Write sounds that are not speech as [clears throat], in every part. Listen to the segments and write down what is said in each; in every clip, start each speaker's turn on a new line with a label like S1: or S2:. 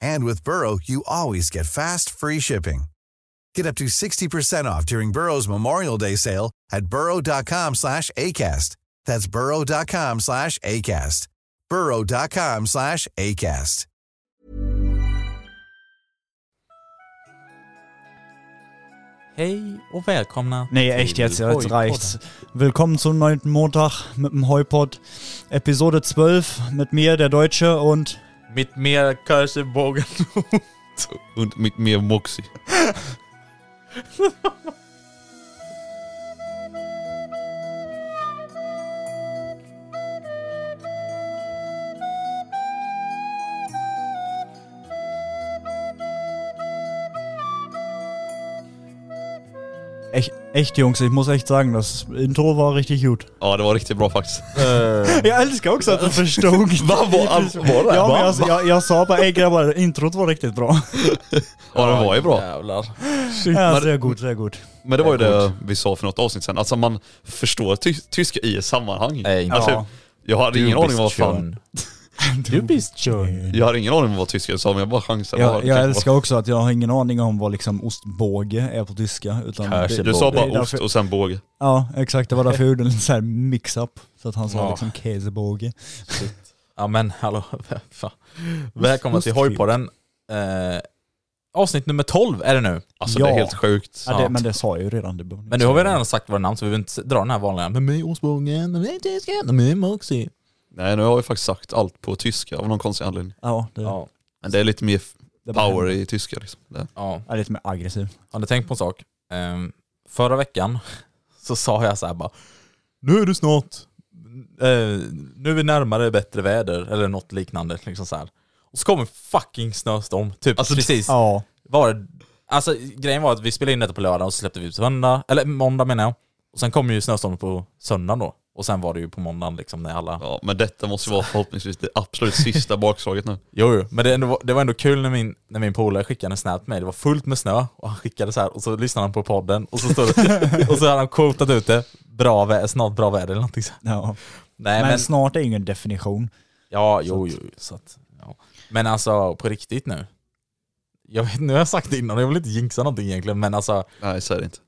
S1: And with Burrow, you always get fast, free shipping. Get up to 60% off during Burrow's Memorial Day sale at burrow.com slash ACAST. That's burrow.com slash ACAST. burrow.com slash ACAST.
S2: Hej und välkomna
S3: Nee,
S2: till
S3: echt jetzt, jetzt
S2: Hoi-
S3: reicht's.
S2: Podden.
S3: Willkommen zum neunten Montag mit dem Heupod, Episode 12 mit mir, der Deutsche und
S2: Mit mir Körsebogen.
S4: Und mit mir Moxie.
S3: echt, echt Jungs, ich muss echt sagen, das Intro war richtig gut.
S4: Ja, det var riktigt bra faktiskt.
S3: Jag älskar också [laughs] att du förstod.
S4: [laughs] Va, va, all- var det?
S3: Ja, men
S4: Va?
S3: jag, jag, jag sa bara, ey genau, grabbar, introt var riktigt bra.
S4: Ja, det var ju bra.
S2: Jävlar.
S3: Ja, sehr gut, sehr gut.
S4: Men det var ju det vi sa för något avsnitt sen. Alltså man förstår ty tyska i ett sammanhang.
S2: Nej,
S4: alltså,
S3: ja.
S4: Jag hade ingen aning om vad fan...
S2: Schön. Du bist schön.
S4: Jag hade ingen aning om vad tyska sa, men jag bara chansade. Ja,
S3: Jag,
S4: det
S3: jag
S4: kanske
S3: älskar också att jag har ingen aning om vad liksom ostbåge är på tyska. Utan
S4: var-
S2: Kanske
S4: Du
S2: båge.
S4: sa
S3: Det
S4: bara
S3: är
S4: ost
S3: därför-
S4: och sen båge.
S3: ja, Ah, exakt. Det var
S4: [laughs]
S3: därför jag gjorde en sån här mix-up. Så att han sa
S4: Ah.
S2: Ja.
S3: liksom käsebåge.
S2: Ja men hallå, [laughs] fan. Välkomna till Hojpodden. Eh, avsnitt nummer 12 är det nu.
S4: Alltså
S3: Ja.
S4: det är helt sjukt.
S3: Ja, det,
S2: Ja.
S3: men det sa jag ju redan. Det behöver ni
S2: Men nu
S3: inte
S2: har vi
S3: säga.
S2: redan sagt våra namn så vi behöver inte dra den här vanliga. Men mig Osbogen, men mig Tysken, men mig Moxie.
S4: Nej, nu har jag faktiskt sagt allt på tyska av någon konstig anledning.
S3: Ja, det,
S2: Ja.
S4: Men det är lite mer
S3: det bara
S4: power
S3: händer.
S4: i tyska liksom. Det.
S2: ja.
S3: Ja, lite mer aggressiv.
S2: Har ni tänkt på en sak? Ehm, förra veckan [laughs] så sa jag så här bara Nu är det snart, eh, nu är vi närmare bättre väder eller något liknande liksom så här. Och så kom en fucking snöstorm, typ
S4: Alltså,
S2: precis.
S3: Ja.
S2: Var det, alltså grejen var att vi spelade in detta på lördag och så släppte vi ut söndag, eller måndag menar jag. Och sen kom ju snöstormen på söndagen då. Och sen var det ju på måndagen liksom när alla...
S4: Ja, men detta måste vara förhoppningsvis det absolut sista bakslaget nu.
S2: Jo, jo. men det, ändå, det var ändå kul när min, när min polare skickade en snap till mig. Det var fullt med snö och han skickade så här och så lyssnade han på podden och så, stod
S3: [laughs]
S2: det, och så hade han quotat ut det. Bra vä- snart bra väder eller någonting så. här.
S3: ja.
S2: Nej
S3: Men,
S2: men,
S3: snart är ingen definition.
S2: ja jo jo. Så att, ja. Men alltså på riktigt nu. Jag vet, nu har jag sagt det innan jag vill inte jinxa någonting egentligen men alltså
S4: Nej, säg det inte.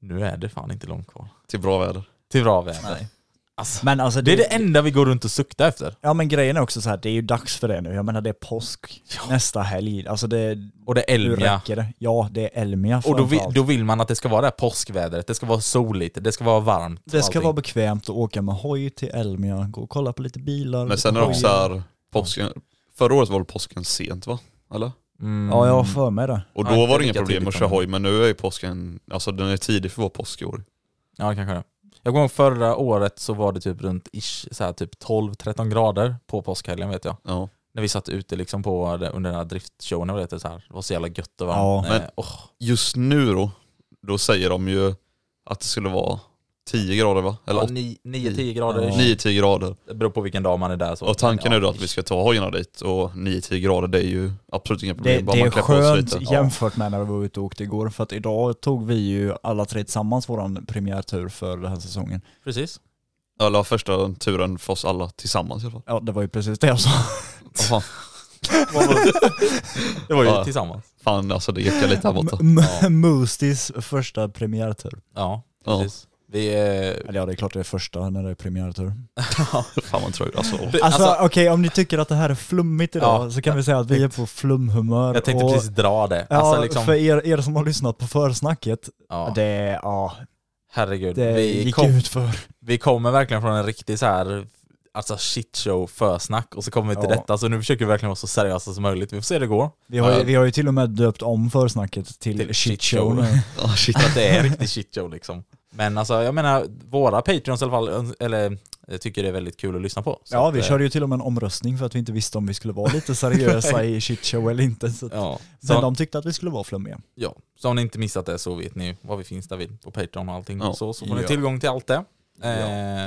S2: nu är det fan inte långt kvar.
S4: Till bra väder.
S2: Till bra väder. Alltså,
S3: Men alltså
S2: det är det enda vi går runt och suktar efter.
S3: Ja men grejen är också så här, det är ju dags för det nu. Jag menar det är påsk nästa helg. Alltså det,
S2: Och det är
S3: nu
S2: Elmia.
S3: räcker det. Ja, det är Elmia
S2: Och då, vi,
S3: framförallt.
S2: då vill man att det ska vara det här påskvädret, det ska vara soligt, det ska vara varmt.
S3: Det ska
S2: allting.
S3: vara bekvämt att åka med hoj till Elmia, gå och kolla på lite bilar.
S4: Men
S3: lite
S4: sen är det också
S3: hojar.
S4: såhär, påsken, förra året var väl påsken sent va? Eller?
S2: Mm.
S3: Ja, jag har för mig det.
S4: Och
S2: Ja,
S4: då
S2: inte
S4: var det inga
S2: lika
S4: problem
S2: tidigt,
S4: att köra
S2: men-
S4: hoj, men nu är ju påsken, alltså den är tidig för vår påsk i år.
S2: Ja, kanske det. Jag kommer ihåg förra året så var det typ runt ish, så här typ 12-13 grader på påskhelgen vet jag.
S4: Ja.
S2: När vi satt ute liksom på, det- under den här driftshowen, vad det heter, så här. det var så jävla gött och
S3: Ja,
S2: varmt.
S4: men-
S2: Eh, åh.
S4: Just nu då, då säger de ju att det skulle vara 10 grader va? Eller
S2: ja,
S4: åt-
S2: ni- 9-10 grader,
S3: Ja.
S2: ish.
S4: 9-10 grader.
S2: det beror på vilken dag man är där. Så.
S4: Och tanken
S2: Ja,
S4: är då att vi
S2: ish.
S4: ska ta hojarna dit och 9-10 grader det är ju absolut inga
S3: Det,
S4: problem. bara
S3: det är
S4: man klär på sig
S3: skönt
S4: lite.
S3: jämfört med när vi var ute och åkte igår. För att idag tog vi ju alla tre tillsammans våran premiärtur för den här säsongen.
S2: Precis.
S4: Eller första turen för oss alla tillsammans i alla fall.
S3: Ja, det var ju precis det jag sa.
S2: [laughs]
S4: Vad fan.
S2: Det var ju
S4: Ja.
S2: tillsammans.
S4: Fan alltså det ekar lite här borta.
S3: M- [laughs] Moostis första premiärtur.
S2: Ja,
S4: Ja.
S2: precis. Vi, eh, [laughs]
S3: Eller ja, det är klart det är första när det är premiärtur.
S4: Fan vad trög alltså.
S3: Alltså,
S2: Alltså-
S3: okej, om ni tycker att det här är flummigt idag
S2: Ja.
S3: så kan vi säga att vi är på flumhumör.
S2: jag tänkte
S3: och,
S2: precis dra det.
S3: Ja,
S2: Alltså liksom,
S3: för er, er som har lyssnat på försnacket,
S2: ja,
S3: det, ja,
S2: herregud.
S3: det
S2: Vi,
S3: gick
S2: kom,
S3: ut för.
S2: vi kommer verkligen från en riktig så här alltså shitshow försnack och så kommer vi till
S3: Ja.
S2: detta. Så nu försöker vi verkligen vara så seriösa som möjligt. Vi får se hur det går.
S3: Vi har, ju,
S4: Ja.
S3: vi har ju till och med döpt om försnacket till,
S2: Till
S3: shit
S2: shitshow.
S3: show nu.
S4: Ja, Ah, shit.
S2: För att det är riktig shitshow liksom. Men alltså jag menar, våra patreons i alla fall, öns- eller eh, tycker det är väldigt kul att lyssna på. Så
S3: [laughs] Ja,
S2: att,
S3: vi
S2: eh,
S3: körde ju till och med en omröstning för att vi inte visste om vi skulle vara lite [laughs] seriösa i shit show eller inte. Så att,
S2: Ja, så,
S3: Men de tyckte att vi skulle vara flummiga.
S2: ja, så har ni inte missat det så vet ni var vi finns där vid, på Patreon och allting.
S4: Ja.
S2: Så, så får ni
S4: Ja.
S2: tillgång till allt det. Eh,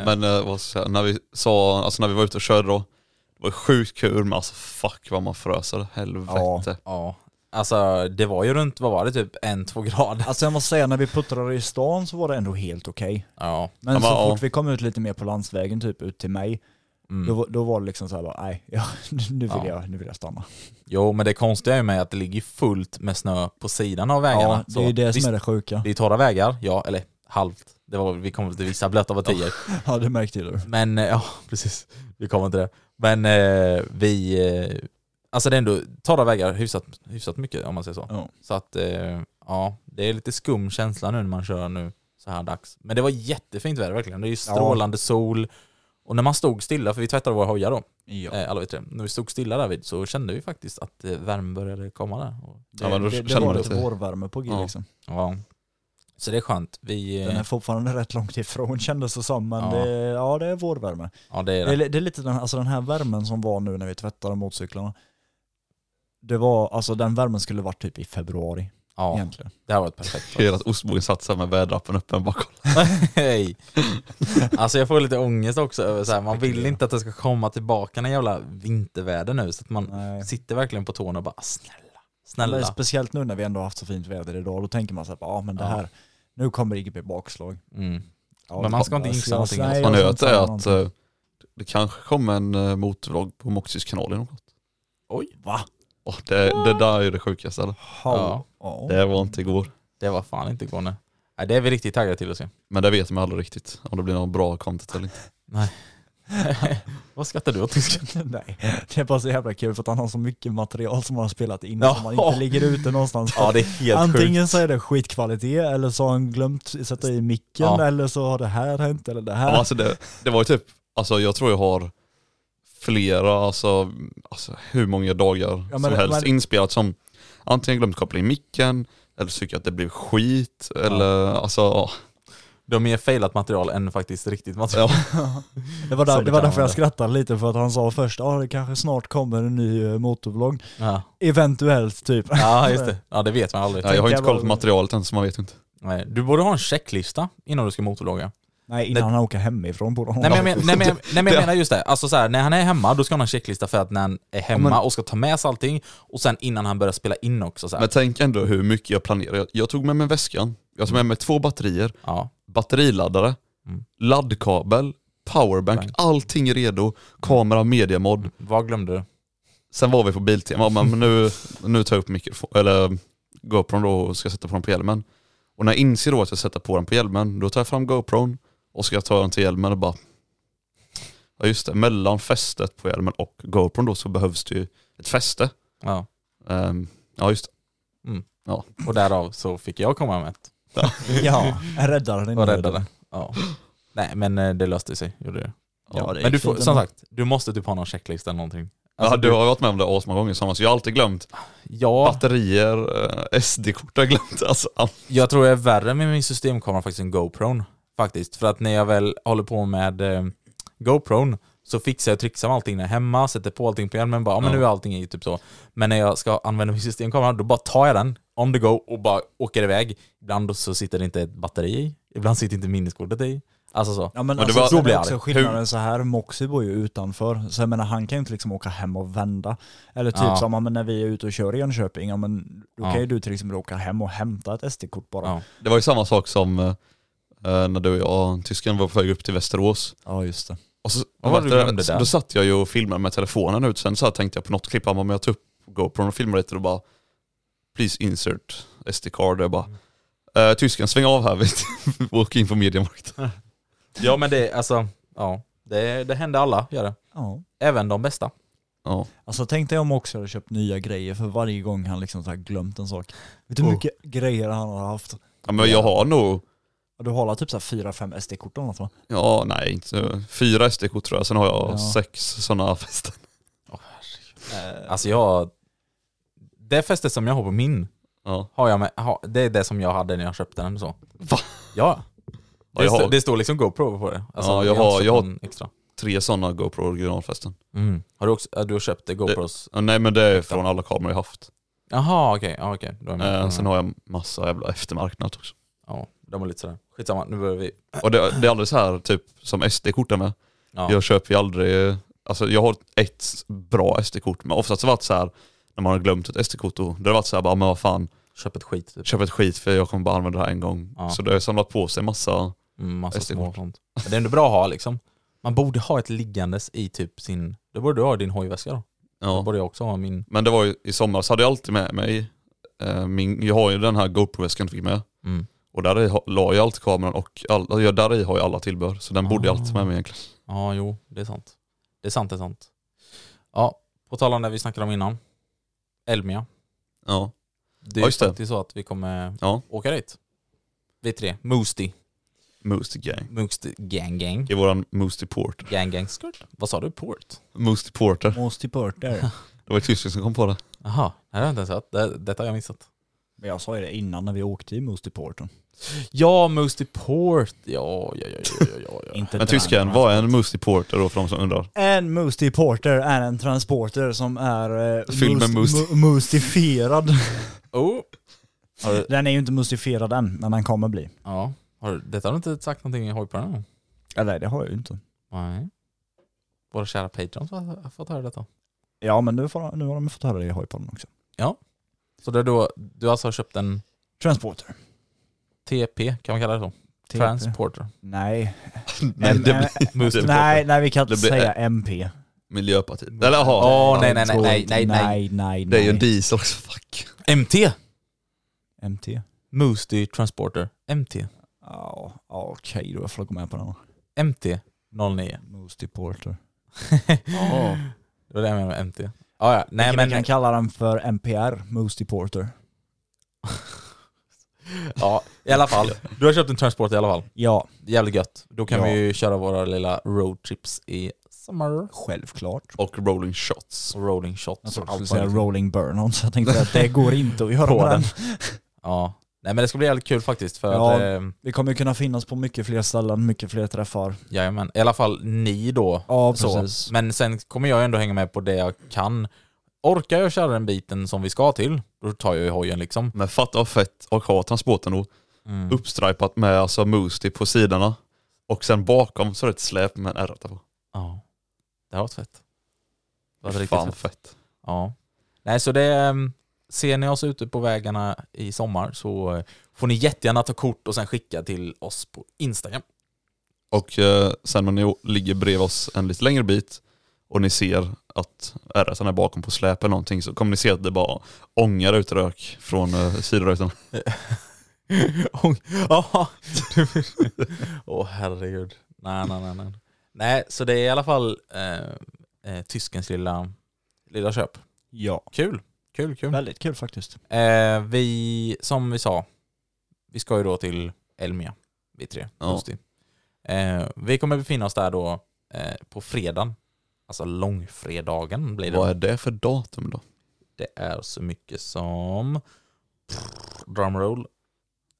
S4: Men eh, vad ska jag säga, när vi sa, alltså när vi var ute och körde då, det var sjukt kul men alltså fuck vad man frösade, helvete.
S2: Ja, alltså det var ju runt, vad var det, typ en, två grader?
S3: Alltså jag måste säga, när vi puttrade i stan så var det ändå helt okej.
S2: Ja,
S3: Men
S4: Ja,
S3: så
S4: men, ja.
S3: fort vi kom ut lite mer på landsvägen, typ ut till mig,
S2: mm.
S3: då, då var det liksom så här bara, nej, ja, [laughs] nu, vill
S2: Ja.
S3: jag, nu vill jag stanna.
S2: Jo, men det konstiga är ju med att det ligger fullt med snö på sidan av vägarna.
S3: Ja, det är ju det
S2: visst,
S3: som är det sjuka.
S2: det är torra vägar, ja, eller halvt. Det var, vi kommer till vissa blöta partier.
S3: Ja, det märkte ju du.
S2: Men eh, ja, [laughs] precis. Vi kommer till det. Men eh, vi, eh, alltså det är ändå torra vägar hyfsat, hyfsat mycket om man säger så.
S3: Ja.
S2: Så att eh, ja, det är lite skum känsla nu när man kör nu så här dags. Men det var jättefint väder verkligen. Det är ju strålande sol. Och när man stod stilla, för vi tvättade våra hojar då, eh, alla vi tre. När vi stod stilla där vid så kände vi faktiskt att eh, värmen började komma där. Och,
S3: Det,
S4: Ja, men då
S3: det, det
S4: känner
S3: var
S4: man
S3: lite
S4: lite-
S3: vårvärme på G
S4: Ja.
S3: liksom.
S2: ja. Så det är skönt. Vi,
S3: Den
S2: eh,
S3: är fortfarande rätt långt ifrån kändes det som, men
S2: Ja.
S3: det, ja, det är vårvärme.
S2: ja, det är
S3: Det är,
S2: det.
S3: li- det är lite den, alltså den här värmen som var nu när vi tvättade motorcyklarna. Det var, alltså den värmen skulle varit typ i februari
S2: Ja,
S3: egentligen.
S2: det här var ett perfekt.
S4: Jag gillar att ostbågen satt så här med väderappen öppen bakom.
S2: [laughs] Hej. Alltså jag får lite ångest också över så här, man vill inte att det ska komma tillbaka när jävla vinterväder nu så att man
S3: Nej.
S2: sitter verkligen på tårna och bara "Ah, snälla,
S3: Eller
S2: snälla.
S3: speciellt nu när vi ändå har haft så fint väder idag, då tänker man så här, ja men det
S2: Ja.
S3: här, nu kommer IGP bakslag.
S2: Mm.
S3: Ja,
S2: Men man ska inte jinxa
S3: alltså,
S2: någonting.
S3: nej,
S4: Man
S3: jag ska
S4: hör att
S3: inte
S4: det
S3: säga
S4: är att
S2: typ-
S3: någonting.
S4: eh, det kanske kommer en eh, motorvlogg på Moxys kanal eller något.
S2: Oj.
S3: Va?
S4: Åh, det, det där är ju det sjukaste. Eller?
S3: Ja. Ja.
S4: Det var inte igår.
S2: Det var fan inte igår nu. Nej det är vi riktigt taggade till att se.
S4: Men det vet man aldrig riktigt om det blir någon bra content eller inte.
S2: Vad skrattar du åt?
S3: [laughs] Nej, det är bara så jävla kul för att han har så mycket material som han har spelat in
S2: Ja.
S3: som han inte ligger ute någonstans.
S2: [laughs] Ja det är helt
S3: Antingen
S2: sjukt.
S3: så är det skitkvalitet eller så har han glömt sätta i micken
S2: Ja.
S3: eller så har det här hänt eller det
S4: Ja,
S3: här.
S4: men alltså det, det var ju typ, alltså jag tror jag har flera, alltså, alltså hur många dagar
S3: men-
S4: som helst
S3: men-
S4: inspelat som antingen glömt koppla in micken, eller tycker att det blev skit, eller alltså ja.
S2: De har mer failat material än faktiskt riktigt material.
S3: Det var, där,
S2: Som
S3: det var
S2: kan
S3: därför jag
S2: det.
S3: skrattade lite för att han sa först att ah, det kanske snart kommer en ny eh, motorvlogg.
S2: Ja,
S3: Eventuellt typ.
S2: ja just det. Ja det vet man aldrig.
S4: Nej, jag har ju
S3: tänker
S4: inte koll
S3: jag bara-
S4: på materialet än så man vet ju inte.
S2: Nej, du borde ha en checklista innan du ska motorlogga.
S3: Nej, innan han åker hemifrån borde han
S2: Nej men, jag men, nej, men, jag- nej men jag menar just det, alltså så här, när han är hemma då ska han ha en checklista för att när han är hemma
S3: men-
S2: och ska ta med sig allting och sen innan han börjar spela in också så här.
S4: Men tänk ändå hur mycket jag planerar. Jag, jag tog med mig väskan, jag tog med mig två batterier,
S2: Ja,
S4: batteriladdare,
S2: Mm.
S4: laddkabel, powerbank,
S2: Bank.
S4: allting är redo, kamera, mediamod.
S2: vad glömde du?
S4: Sen var vi på Biltema, men men nu, nu tar jag upp mikrofon, eller GoPron då och ska sätta på den på hjälmen. Och när jag inser då att jag sätter på den på hjälmen, då tar jag fram GoPron och ska ta den till hjälmen och bara... Ja just det, mellan fästet på hjälmen och GoPron då så behövs det ju ett fäste.
S2: Ja,
S4: Ehm, ja just det.
S2: och därav så fick jag komma med ett
S3: [laughs] Ja, jag räddade den.
S2: och rädda det. Ja. Nej men eh, det löste sig, gjorde det.
S3: Ja, det
S2: men du
S3: gick
S2: får,
S3: inte
S2: som
S3: med.
S2: sagt, du måste typ ha någon checklista eller någonting.
S4: ja, du har varit med om det asmånga gånger Samuel, så jag har alltid glömt
S2: Ja,
S4: batterier, eh, SD-kort har jag glömt. Alltså, allt.
S2: jag tror jag är värre med min systemkamera faktiskt än GoPron. Faktiskt, för att när jag väl håller på med eh, GoPron så fixar jag och trixar med allting när jag är hemma, sätter på allting på hjälmen, bara ja. men nu är allting i typ så. Men när jag ska använda min systemkamera, då bara tar jag den on the go och bara åker iväg. Ibland så sitter det inte ett batteri i, ibland sitter inte minneskortet i. Alltså så.
S3: Ja men,
S4: det
S3: alltså,
S4: var-
S3: sen
S2: Då blir
S3: är
S2: jag
S3: också
S2: arg.
S3: skillnaden så här, Moxie bor ju utanför, så jag menar han kan ju inte liksom åka hem och vända. Eller typ
S2: Ja.
S3: som ja, men när vi är ute och kör i Jönköping, ja, men då
S2: Ja.
S3: kan ju du till exempel åka hem och hämta ett SD-kort bara.
S2: Ja.
S4: Det var ju samma sak som eh, eh, när du och jag, tysken var på väg upp till Västerås.
S3: Ja just det.
S4: Och så,
S2: Ja,
S4: vad
S2: du
S4: heter det?
S2: glömde det.
S4: då satt jag ju och filmade med telefonen ut, sen så här tänkte jag på något klipp, ja, men jag tog upp GoPron och filmade lite och bara Please insert SD-card. Jag
S2: Mm.
S4: bara, eh, tysken sväng av [laughs] här, vi åker in på mediamarkt.
S2: Ja men det, alltså, ja. Det, det händer alla, gör det.
S3: Ja.
S2: Även de bästa.
S4: Ja.
S3: Alltså tänk dig om också hade köpt nya grejer för varje gång han liksom så här glömt en sak. Vet du hur
S4: Oh.
S3: mycket grejer han har haft?
S4: ja men jag har nog,
S3: Ja, Du har typ så här 4-5 SD-kort eller något va?
S4: ja nej inte, så- fyra SD-kort tror jag, sen har jag
S3: Ja.
S4: sex sådana fästen.
S2: Alltså jag... Det fästet som jag har på min,
S4: Ja.
S2: har jag med, har, det är det som jag hade när jag köpte den. Så.
S4: Va?
S2: Ja.
S4: Ja,
S2: Det,
S4: jag
S2: stå,
S4: har
S2: det står liksom GoPro på det. Alltså,
S4: Ja, jag
S2: har
S4: har-
S2: inte
S4: jag har-
S2: köpt någon extra.
S4: tre sådana GoPro originalfästen.
S2: Mm. Har du också har du köpt det, GoPros?
S4: Ja, nej men det är från alla kameror jag haft.
S2: Jaha, okej. ja, okej. Då är jag med.
S4: Eh,
S2: Mm.
S4: Sen har jag massa jävla eftermarknad också.
S2: Ja, de var lite sådär. Skitsamma, nu börjar vi.
S4: Och det, det är aldrig så här typ som SD-korten med.
S2: Ja.
S4: Jag köper ju aldrig, alltså jag har ett bra SD-kort men oftast har det varit så här när man har glömt ett SD-kort då, då har det varit så här bara men vad fan,
S2: Köp ett skit typ.
S4: köp ett skit för jag kommer bara använda det här en gång.
S2: Ja.
S4: Så det har jag samlat på sig massa,
S2: Mm, massa
S4: SD-kort.
S2: små och sånt. Men det är ändå bra att ha liksom. Man borde ha ett liggandes i typ sin... Det borde du ha i din hojväska då.
S4: ja.
S2: Det borde jag också ha i min.
S4: Men det var ju i somras hade jag alltid med mig, eh, min, jag har ju den här GoPro-väskan jag fick med.
S2: Mm.
S4: Och där i ha- la jag alltid kameran och all, ja, där i har jag alla tillbehör. Så den borde jag
S2: Ah.
S4: alltid med mig egentligen.
S2: Ja, jo, det är sant. Det är sant, det är sant. Ja, på tal om det vi snackade om innan. Elmia.
S4: Ja.
S2: Det
S4: Ja,
S2: är ju
S4: just det.
S2: faktiskt så att vi kommer
S4: Ja.
S2: åka dit. Vi tre. Moosty.
S4: Moosty Gang.
S2: Moosty gang gang.
S4: I våran Moosty Porter.
S2: Gang gang skirt. Vad sa du? Port?
S4: Moosty Porter.
S3: Måste bort där.
S4: Det var tysken som kom på det.
S2: Jaha, det har jag inte ens hört. Det, detta har jag missat.
S3: Men jag sa ju det innan när vi åkte i Moosty Porton.
S2: Ja, Moosty Port. Ja, ja, ja, ja, ja, ja. ja.
S3: Inte
S4: Men tysken,
S3: trans-
S4: vad är en Moosty Porter då för de som undrar?
S3: En Moosty Porter är en transporter som är eh,
S4: Fylld med
S3: mus-
S4: moosty.
S3: mu- moostifierad.
S2: oh.
S3: Den är ju inte moostifierad än, men den kommer bli.
S2: Ja, har du, detta har du inte sagt någonting i hojparen om?
S3: Eller det har jag ju inte.
S2: Nej. Våra kära patrons har har fått höra detta.
S3: Ja men nu, får, nu har de fått höra det i hojpodden också.
S2: Så det är då, du alltså har köpt en
S3: Transporter.
S2: TP, kan man kalla det så?
S3: TP.
S2: Transporter.
S3: Nej.
S4: [laughs] Nej, det blir
S2: Moosty
S4: det-
S3: nej, nej vi kan inte
S4: Det blir-
S3: säga MP.
S4: Miljöpartiet. Eller jaha,
S2: Åh, Mm. nej, nej, nej, nej, nej, nej.
S3: nej, nej,
S4: det är ju
S3: nej.
S4: diesel också. Fuck.
S2: MT!
S3: MT.
S2: Moosty Transporter. MT.
S3: Ja, ja, okej då. Jag får gå med på den.
S2: MT 09.
S3: Moosty Porter.
S2: Det var det jag menade med MT. Ah, ja, nej
S3: Nej,
S2: men...
S3: Vi kan kalla den för MPR, Moosty Porter.
S2: Ja, i alla fall. Du har köpt en Transporter i alla fall.
S3: Ja,
S2: Jävligt gött. Då kan
S3: Ja.
S2: vi ju köra våra lilla roadtrips i sommar.
S3: självklart.
S4: Och rolling shots.
S2: Och rolling shots.
S3: Jag
S2: och
S3: trodde du
S2: allt
S3: skulle säga
S2: möjligt.
S3: Rolling Burn-on så jag tänkte att det går inte att göra
S2: På
S3: på den.
S2: den. Ja. Nej men det ska bli jävligt kul faktiskt för
S3: Ja.
S2: att, eh,
S3: Vi kommer ju kunna finnas på mycket fler ställen, mycket fler träffar.
S2: jajamän. I alla fall ni då.
S3: Ja,
S2: Så. Men sen kommer jag ändå hänga med på det jag kan. Orkar jag köra den biten som vi ska till, då tar jag ju hojen liksom.
S4: Men fatta vad fett och ha transporten då.
S2: Mm.
S4: Uppstripat med alltså Moosty på sidorna. Och sen bakom så är det ett släp med en R på.
S2: Ja. Det har varit fett. Det har varit
S4: Fan
S2: riktigt fett.
S4: fett.
S2: Ja. Nej så det, ehm, ser ni oss ute på vägarna i sommar så eh, får ni jättegärna ta kort och sen skicka till oss på Instagram. [laughs]
S4: Och eh, sen när ni ligger bredvid oss en lite längre bit och ni ser att RSen är bakom på släp eller någonting så kommer ni se att det bara ångar ut rök från eh, sidorutan.
S2: Ång- Ja. [laughs] Åh herregud. Nej, nej, nej, nej. Nej, så det är i alla fall eh, eh, tyskens lilla, lilla köp.
S3: Ja.
S2: Kul, kul, kul.
S3: Väldigt kul faktiskt.
S2: Eh, vi, som vi sa, vi ska ju då till Elmia, vi tre.
S4: Ja.
S2: Just det. Eh, vi kommer befinna oss där då eh, på fredagen. Alltså långfredagen blir det.
S4: Vad är det för datum då?
S2: Det är så mycket som... Drumroll. Eh,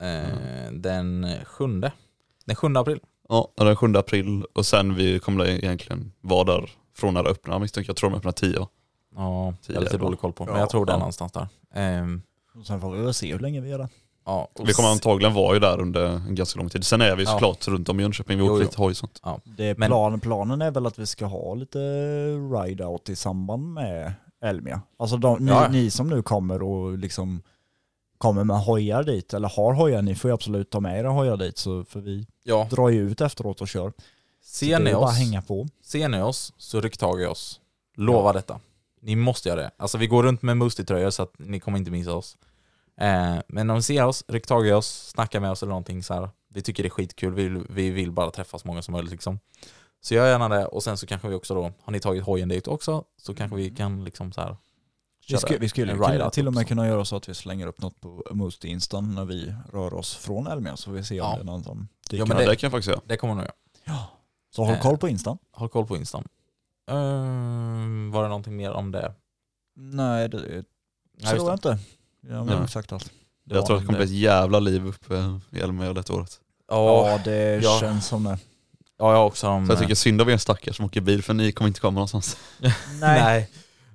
S4: Mm.
S2: Den sjunde. Den sjunde april.
S4: Ja, den 7 april och sen vi kommer egentligen vara där från när det öppnar misstänker jag. Jag tror de öppnar 10.
S2: Ja, jag har lite
S4: Tidigare.
S2: dålig koll på. Men
S4: Ja,
S2: jag tror det är
S4: ja.
S2: någonstans där. Ehm,
S3: Och sen får vi väl se hur länge vi gör det.
S2: ja, och
S4: Vi kommer
S2: s-
S4: antagligen vara ju där under en ganska lång tid. Sen är vi
S2: Ja.
S4: såklart runt om i Jönköping, vi
S2: Jo,
S4: åker
S2: jo.
S4: lite hoj och sånt.
S3: det är
S2: Men-
S3: plan, planen är väl att vi ska ha lite ride-out i samband med Elmia. Alltså de, ni,
S2: Ja, ja.
S3: ni som nu kommer och liksom kommer med hojar dit, eller har hojar, ni får ju absolut ta med era hojar dit, så, för vi
S2: Ja,
S3: drar ju ut efteråt och kör.
S2: ser
S3: det
S2: ni
S3: är bara
S2: oss,
S3: att hänga på.
S2: ser ni oss så ryck tag i oss. Lova detta. Ni måste göra det. Alltså vi går runt med Musty-tröjor så att ni kommer inte missa oss. Eh, men om ni ser oss, ryck tag i oss, snacka med oss eller någonting så här. Vi tycker det är skitkul, vi vill, vi vill bara träffa så många som möjligt liksom. Så gör gärna det och sen så kanske vi också då, har ni tagit hojen dit också så kanske vi kan liksom så här.
S3: Mm. Vi, sku,
S2: köra
S3: vi skulle
S2: en
S3: kunna-
S2: ride-out
S3: till och med
S2: också.
S3: kunna göra så att vi slänger upp något på Moosty Instan när vi rör oss från Elmia, så vi ser om
S2: Ja.
S3: det är någon som
S2: Ja,
S3: dyker
S2: men
S3: upp.
S4: det,
S2: det-
S4: kan jag faktiskt göra.
S2: Det kommer nog jag.
S3: Så håll
S2: eh,
S3: koll på Instan.
S2: Håll koll på Instan. Eh, var det någonting mer om det?
S3: Nej, det
S2: Ja, just
S3: tror jag
S2: det.
S3: inte. Jag
S4: Nej.
S3: har exakt allt.
S2: Det
S4: jag
S2: var
S4: tror att det kommer
S2: det.
S4: bli ett jävla liv uppe i Elmer detta året.
S2: Ja,
S3: Ja, det
S2: ja.
S3: känns som det.
S2: ja, jag har också om... eh,
S4: Så jag tycker synd av er stackare som åker bil för ni kommer inte komma någonstans.
S2: [laughs] Nej.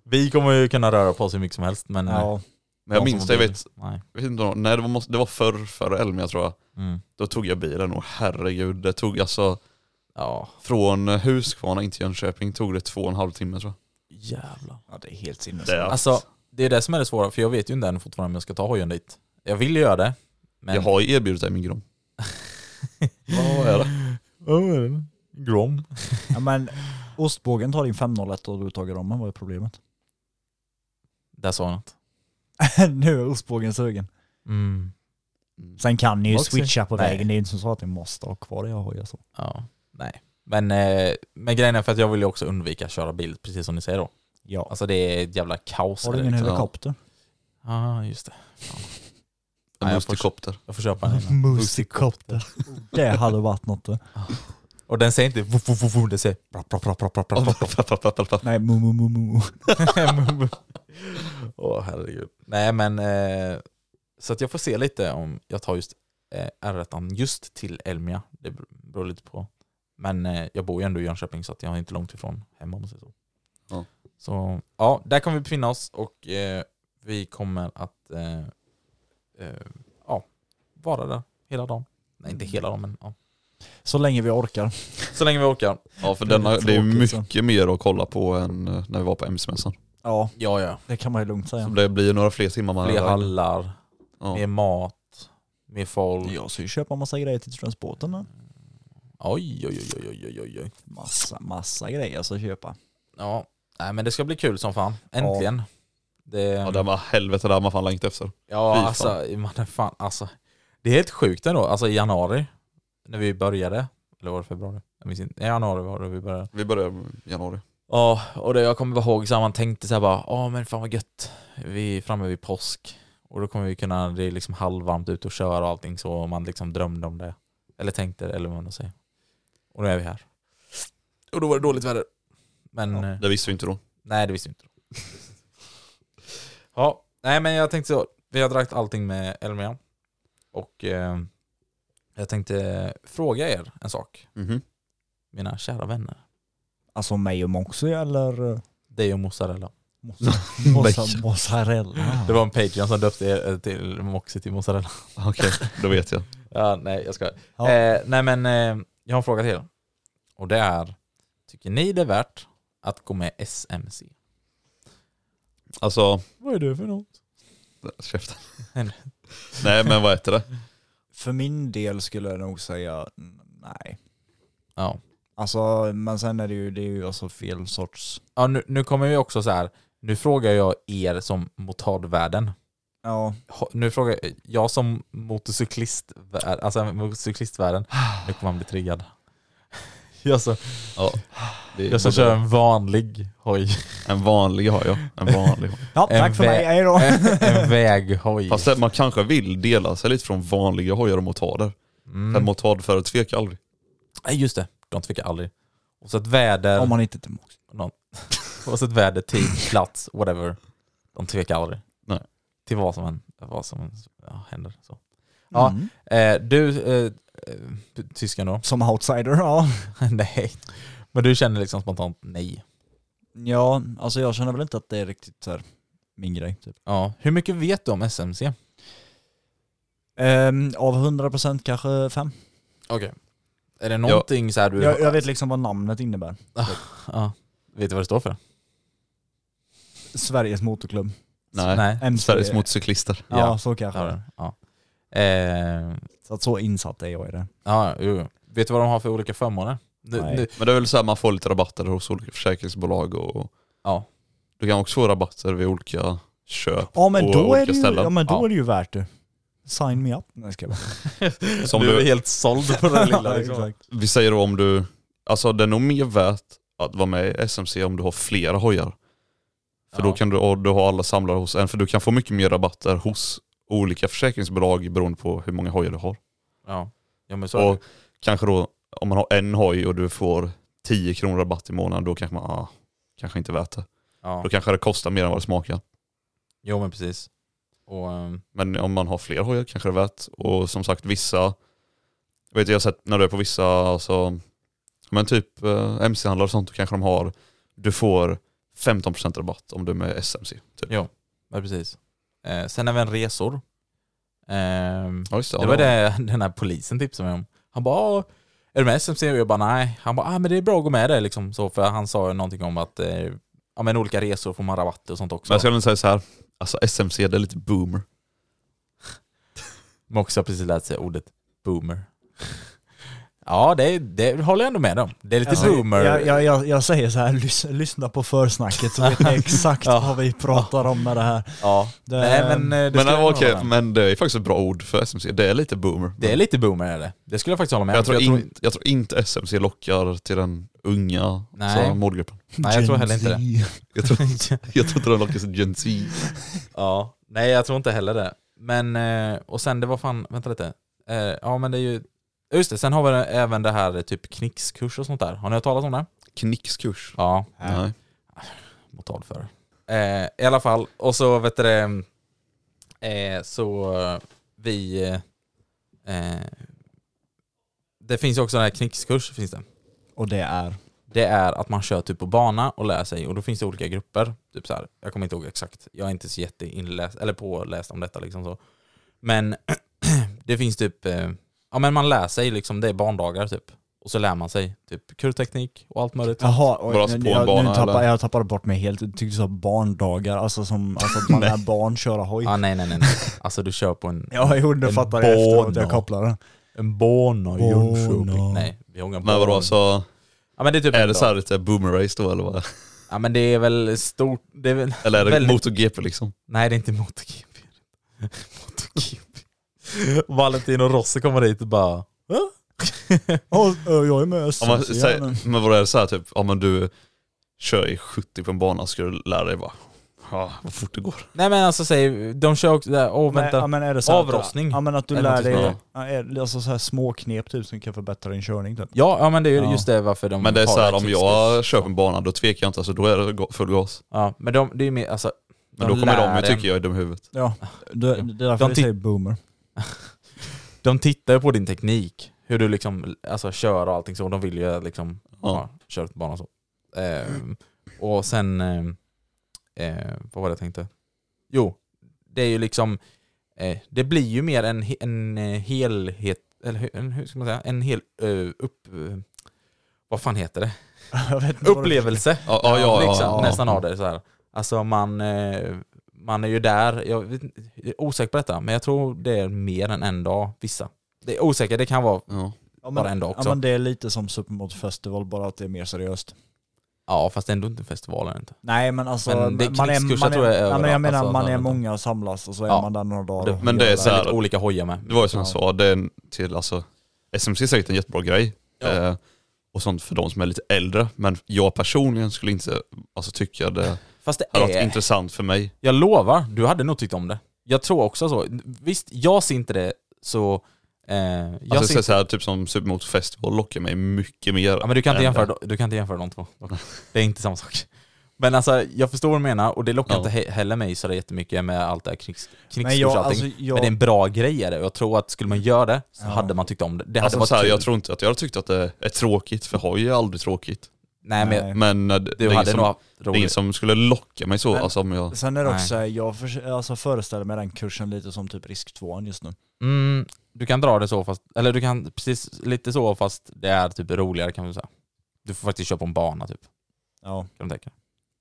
S2: Vi kommer ju kunna röra på oss hur mycket som helst men... eh,
S3: Ja,
S4: Men jag
S2: de
S4: minns
S2: som
S4: det,
S2: har
S4: jag
S2: bil-
S4: vet,
S2: Nej.
S4: jag vet inte, om- nej det var, måste- det var förr, före Elmia tror jag.
S2: Mm.
S4: Då tog jag bilen och herregud, det tog alltså
S2: Ja,
S4: från Huskvarna in till Jönköping tog det två och en halv timme tror
S2: jävlar.
S3: ja, det är helt sinnes.
S4: jag. Det, är-
S2: Alltså, det är det som är det svåra för jag vet ju inte än fortfarande om jag ska ta hojen dit. Jag vill ju göra det. Men...
S4: Jag har ju erbjudit dig min [laughs] grom. Vad är det?
S2: Grom.
S3: Ja, men ostbågen tar din 501 och du tar rommen, vad är problemet?
S2: Där sa jag något.
S3: [laughs] nu är ostbågen sugen.
S2: Mm.
S3: Sen kan ni ju
S2: Moxie.
S3: switcha på
S2: Nej.
S3: vägen, det är inte som så att ni måste ha kvar det jag har ju så.
S2: Ja, nej. Men, eh, men grejen är för att jag vill ju också undvika att köra bil, precis som ni säger då.
S3: Ja.
S2: Alltså det är ett jävla kaos.
S3: Har
S2: här
S3: du ingen
S2: ute.
S4: Ja.
S3: helikopter?
S2: Ja, ah, just det. Nej,
S4: En
S2: jag
S4: mustikopter.
S2: Jag får köpa en. innan.
S3: Musikopter. det hade varit något det.
S2: Och den säger inte voff, voff, voff, voff, den säger bra, bra, bra, bra, bra, bra, bra.
S3: Nej, mu, mu, mu, mu.
S2: [laughs] Åh herregud. Nej men, eh, så att jag får se lite om jag tar just eh, R1 just till Elmia. Det ber- beror lite på. Men eh, jag bor ju ändå i Jönköping så att jag är inte långt ifrån hemma om man säger så.
S4: Ja.
S2: Så ja, där kommer vi befinna oss och eh, vi kommer att eh, eh, ja, vara där hela dagen. Nej inte hela dagen men ja.
S3: Så länge vi orkar.
S2: så länge vi orkar.
S4: Ja för den har, det är ju
S3: Tråkigt, så.
S4: mycket mer att kolla på än eh, när vi var på MC-mässan.
S3: Ja,
S2: Ja ja.
S3: det kan man ju lugnt
S4: Så
S3: säga.
S4: det blir ju några fler timmar man
S2: Fler
S4: har-
S2: hallar, mer
S4: Ja.
S2: mat, mer folk.
S3: Jag ska ju köpa massa grejer till transporten. då.
S2: Oj oj oj oj oj oj oj.
S3: Massa, massa grejer ska köpa.
S2: Ja, nej, men det ska bli kul som fan. Äntligen. Det,
S4: Ja
S2: ja,
S4: den var helvete, där har man fan längtat efter. fy fan.
S2: alltså, man är fan, alltså. Det är helt sjukt ändå. Alltså i januari, när vi började, eller var det februari? Jag minns inte. I januari var det vi började.
S4: Vi börjar i januari.
S2: Ja, och det, jag kommer bara ihåg så här, man tänkte så här bara, ja men fan vad gött. Vi är framme vid påsk. Och då kommer vi kunna, det är liksom halvvarmt ute och köra och allting så. Och man liksom drömde om det. Eller tänkte det, eller vad man säger. Och nu är vi här. Och då var det dåligt väder. Men... eh,
S4: Det visste vi inte då.
S2: Nej, det visste vi inte. ja, nej men jag tänkte så. Vi har dragit allting med Elmia. Och eh, jag tänkte fråga er en sak,
S4: Mhm.
S2: mina kära vänner.
S3: Alltså mig och Moxie eller? eh,
S2: Dig och mozzarella.
S3: [laughs] Mossa, mossa, mozzarella.
S2: Det var en Patreon som döpte er eh, till Moxie till mozzarella.
S4: [laughs]
S2: [laughs]
S4: Okej, då vet jag.
S2: Ja, nej, jag ska.
S3: Ja.
S2: Eh, nej men eh, jag har en fråga till er. Och det är, tycker ni det är värt att gå med SMC?
S4: Alltså,
S2: Vad är det för något?
S4: käften. Nej men vad heter det?
S3: För min del skulle jag nog säga mm, nej.
S2: Ja,
S3: Alltså, men sen är det ju, det är ju alltså fel sorts...
S2: ja nu, nu kommer vi också så här. Nu frågar jag er som motardvärden.
S3: Ja,
S2: Ho- nu frågar jag, jag som motorcyklist, alltså
S4: [sighs]
S2: motorcyklistvärlden, nu kommer man bli triggad. [laughs] Jag som,
S4: Ja. Det är-
S2: jag som kör en vanlig
S4: [laughs]
S2: hoj,
S4: En vanlig har jag. En vanlig hoj.
S3: ja
S2: En
S3: tack för
S2: vä-
S3: mig, hej då.
S2: en väghoj.
S4: Fast det- man kanske vill dela sig lite från vanliga hojar och motarder. Mm. En
S2: Mm.
S4: motardförare tvekar aldrig.
S2: Nej just det, de tvekar aldrig. Och så ett väder,
S3: Om man inte är till Moxie.
S2: och så ett väder, tid, plats, whatever. De tvekar aldrig.
S4: Nej.
S2: Till vad som, än- vad som än, ja, händer. Så. Ja.
S3: Mm.
S2: Eh, du, eh, eh, tysken då? [laughs]
S3: Som outsider, ja.
S2: nej. Men du känner liksom spontant nej.
S3: Ja, alltså jag känner väl inte att det är riktigt så här min grej. Typ.
S2: Ja. Hur mycket vet du om SMC?
S3: Ehm, av 100% kanske 5.
S2: Okej. Är det någonting så här du...
S3: Jag, jag vet liksom vad namnet innebär.
S2: Ja. Vet du vad det står för?
S3: Sveriges motorklubb.
S4: Nej.
S2: Nej.
S3: MC.
S4: Sveriges motorcyklister.
S3: Ja,
S2: Ja.
S3: så kanske.
S2: Ja, ja. Eh,
S3: Så att så insatt är jag i det.
S2: ja, jo. jo. Vet du vad de har för olika förmåner? Nu,
S3: Nej.
S2: nu,
S4: Men det är väl så här man får lite rabatter hos olika försäkringsbolag och
S2: ja.
S4: du kan också få rabatter vid olika
S2: [laughs]
S4: köp.
S3: Ja men
S4: På
S3: då,
S4: olika
S3: är det, ju,
S4: ställen.
S3: ja, men då
S2: Ja.
S3: är det ju värt det. Sign me up. Nej, ska jag
S2: [laughs]
S3: bara.
S4: Som
S2: du är
S4: du-
S2: helt såld på det
S4: [laughs]
S2: lilla.
S3: Ja,
S2: Liksom.
S3: exakt.
S4: Vi säger då om du, alltså det är nog mer värt att vara med i SMC om du har flera hojar. För
S2: Ja.
S4: då kan du, och du har alla samlare hos en, för du kan få mycket mer rabatter hos olika försäkringsbolag beroende på hur många hojar du har.
S2: ja. ja, men så är det.
S4: Och kanske då om man har en hoj och du får 10 kronor rabatt i månaden, då kanske man, ah, kanske inte värt det.
S2: Ja.
S4: Då kanske det kostar mer än vad det smakar.
S2: Jo men precis. Och, ehm,
S4: Men om man har fler hojar kanske det är värt. Och som sagt vissa, jag vet jag har sett när du är på vissa, alltså, men typ eh, MC-handlare och sånt, då kanske de har, du får 15% rabatt om du är med SMC. Typ.
S2: Ja. ja, precis. Eh, sen även resor. Ehm,
S4: Ja, just det,
S2: det var det den här polisen tipsade mig om. Han bara, "Ah, är du med i SMC? Och jag bara, nej. Han bara, ah, men det är bra att gå med där liksom. Så, för han sa ju någonting om att eh, ja, men olika resor får man rabatter och sånt också.
S4: Men jag skulle ändå säga så här, alltså SMC det är lite boomer.
S2: Men också har precis lärt sig ordet boomer. ja, det, det håller jag ändå med om. Det är lite
S3: Alltså,
S2: boomer.
S3: Jag, jag, jag, jag säger så här, lys, lyssna på försnacket
S2: [laughs]
S3: så vet ni exakt
S2: Ja.
S3: vad vi pratar om med det här.
S2: Ja.
S3: Det-
S2: nej, men, eh, det
S4: Men,
S2: skulle jag
S4: ja,
S2: nog
S4: okej,
S2: hålla med om.
S4: men det är faktiskt ett bra ord för SMC, det är lite boomer.
S2: Det är lite boomer är det. Det skulle jag faktiskt hålla med
S4: jag,
S2: om. för
S4: tror inte, jag tror inte SMC lockar till den unga
S2: Nej.
S4: alltså, målgruppen.
S2: Nej, jag tror heller inte det.
S4: Jag
S2: [laughs]
S4: tror, jag tror inte den lockar till Gen Z.
S2: Ja, nej jag tror inte heller det. Men, eh, och sen det var fan, vänta lite. Eh, Ja men det är ju, ja, just det, sen har vi det- även det här eh, typ knickskurs och sånt där. Har ni hört talas om det?
S4: Knickskurs.
S2: Ja,
S4: Nej.
S2: motal för. Eh, I alla fall, och så vet du det, eh, så eh, vi, eh, det finns ju också den här knickskurs, finns det.
S3: Och det är?
S2: det är att man kör typ på bana och lär sig och då finns det olika grupper. Typ så här, jag kommer inte ihåg exakt, jag är inte så jätteinläst eller påläst om detta liksom så. Men [clears throat] det finns typ, eh, ja men man lär sig liksom, det är barndagar typ. Och så lär man sig typ kurteknik och allt möjligt.
S3: Jaha, oj,
S4: Bara på en
S3: jag,
S4: bana,
S3: nu tappar,
S4: eller?
S3: jag tappade bort mig helt. Jag tyckte du sa barndagar, alltså som
S2: [laughs]
S3: alltså att man är barn köra hoj.
S2: Ah, nej, nej, nej, nej. Alltså du kör på en,
S3: Ja, jo, det
S2: En
S3: fattar jag efteråt.
S2: bana.
S3: Jag kopplar den.
S2: en bana
S3: i Jönköping.
S2: Nej, vi har ingen
S4: Men vadå, så
S2: Ja men det är typ
S4: är
S2: en
S4: det
S2: dag.
S4: så här lite boomer-race då eller vad?
S2: Ja men det är väl stort, det är väl [laughs]
S4: Eller är det
S2: Väldigt-
S4: MotoGP liksom?
S2: Nej, det är inte MotoGP. [laughs] MotoGP. Valentino Rossi kommer dit och bara "Va?"
S3: Ja, eh, jag är med
S4: Om man, säger, men vadå, är det så här typ, ja men du kör i 70 på en bana, ska du lära dig bara, ja vad fort det går.
S2: Nej men alltså säg, de kör också där, åh
S3: Men, ja,
S2: vänta.
S3: men är det så här att-
S2: Avrostning.
S3: Ja men att du
S2: Eller
S3: lär
S2: något
S3: dig
S2: sånt
S3: ja, är- alltså så här små knep typ som kan förbättra din körning typ.
S2: Ja, ja men det är ju
S3: Ja.
S2: just det varför de
S4: Men det typ är
S2: har
S4: så här,
S2: här
S4: om
S2: kickskurs.
S4: jag kör på en bana då tvekar jag inte, alltså då är det ga- full gas.
S2: Ja, men de, det är ju mer, alltså.
S4: Men då kommer
S2: lär
S4: de ju
S2: en-
S4: tycka jag är dum i huvudet.
S3: Ja, det, det är därför
S2: De
S3: vi
S2: ti- [laughs]
S3: säger boomer.
S2: De tittar ju på din teknik. Hur du liksom, alltså kör och allting så. De vill ju liksom, ja,
S4: Ja.
S2: kör på banan så. Ehm, och sen, ehm, eh, vad var det jag tänkte? Jo, det är ju liksom, eh, det blir ju mer en, he- en eh, helhet, eller hur, en, hur ska man säga, en hel eh, upp... eh, vad fan heter det?
S3: Jag vet inte vad det-
S2: Upplevelse!
S4: Ja, ja, ja,
S2: liksom,
S4: ja, ja.
S2: Nästan av det så här. Alltså man, eh, man är ju där, jag, vet inte- jag är osäker på detta, men jag tror det är mer än en dag, vissa. Det är osäkert, det kan vara
S4: Ja.
S3: Ja,
S2: bara en dag också.
S3: Ja men det är lite som Supermod Festival bara att det är mer seriöst.
S2: Ja, fast det är ändå inte festivalen inte.
S3: Nej men alltså,
S2: Men det är
S3: man är,
S2: krigskurser
S3: man är,
S2: tror jag är
S3: ja, men jag
S2: överallt,
S3: menar
S2: alltså,
S3: man
S2: där
S3: är
S2: runt om.
S3: många samlas och så är
S2: Ja.
S3: man där några dagar.
S2: Det-
S3: och
S4: men
S3: gör
S4: det är så här-
S2: Lite olika hojar med.
S4: Det var ju som jag
S3: Ja.
S4: sa, det är en, till alltså, SMC är säkert en jättebra grej.
S2: Ja.
S4: Eh, och sånt för de som är lite äldre. Men jag personligen skulle inte alltså, tycka det
S2: Fast det
S4: hade varit
S2: är,
S4: intressant för mig.
S2: jag lovar, du hade nog tyckt om det. Jag tror också så. Visst, jag ser inte det så... Eh, jag
S4: Alltså,
S2: ser
S4: jag
S2: inte,
S4: så här, typ som Supermotor Festival lockar mig mycket mer.
S2: ja, men du, kan inte
S4: än
S2: jämföra,
S4: det.
S2: de- du kan inte jämföra de
S4: [laughs]
S2: två. Det är inte samma sak. Men alltså, jag förstår vad du menar och det lockar
S4: Ja.
S2: inte he- heller mig så där jättemycket med allt det här krigs,
S3: Men
S2: krigskurs
S3: jag,
S2: och allting.
S3: alltså, jag,
S2: Men det är en bra grej är det och jag tror att skulle man göra det så
S3: Ja.
S2: hade man tyckt om det. Det hade
S4: Alltså,
S2: varit
S4: så här,
S2: kul.
S4: jag tror inte att jag hade tyckt att det är tråkigt, för hoj är aldrig tråkigt.
S2: Nej men
S3: Nej.
S4: Men eh, det, det,
S2: du
S4: är ingen
S2: hade
S4: som,
S2: nog haft
S4: det är ingen
S2: roligt.
S4: som skulle locka mig så.
S3: Men-
S4: Alltså, om jag,
S3: Sen är det också
S2: Nej.
S3: så här, jag för, alltså föreställer mig den kursen lite som typ risktvåan just nu.
S2: Mm, du kan dra det så fast, eller du kan precis lite så fast det är typ roligare kan man säga. Du får faktiskt köpa en bana typ,
S3: Ja.
S2: kan du tänka dig.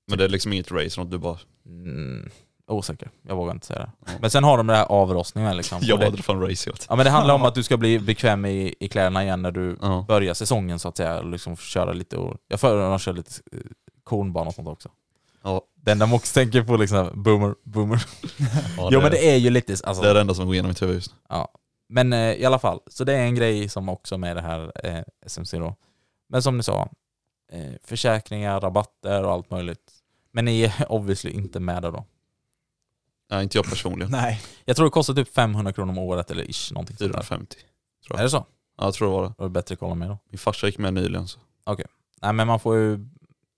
S4: men det är liksom inget race, något du bara...
S2: mm, Jag är osäker, jag vågar inte säga det. Men sen har de det här avrostningen
S4: [laughs]
S2: liksom.
S4: Jag
S2: Och det,
S4: hade fan raceat.
S2: ja men det handlar om att du ska bli bekväm i, i kläderna igen när du
S4: Ja.
S2: börjar säsongen så att säga. Och liksom köra lite och, jag föredrar att köra lite eh, kornbana och sånt också.
S4: Ja.
S2: Den de också tänker på liksom, boomer, boomer. jo men det är ju lite, alltså,
S4: Det är det enda som går igenom mitt huvud just nu.
S2: Ja. Men eh, i alla fall, så det är en grej som också med det här eh, SMC då. Men som ni sa, eh, försäkringar, rabatter och allt möjligt. Men ni är [laughs] obviously inte med där då.
S4: Nej, inte jag personligen.
S3: Nej.
S2: Jag tror det kostar typ 500 kronor om året eller ish, någonting sånt där.
S4: 450.
S2: Är det så?
S4: Ja, jag tror det var det.
S2: Då är det bättre att kolla med då.
S4: Min farsa gick med nyligen så.
S2: Nej men man får ju,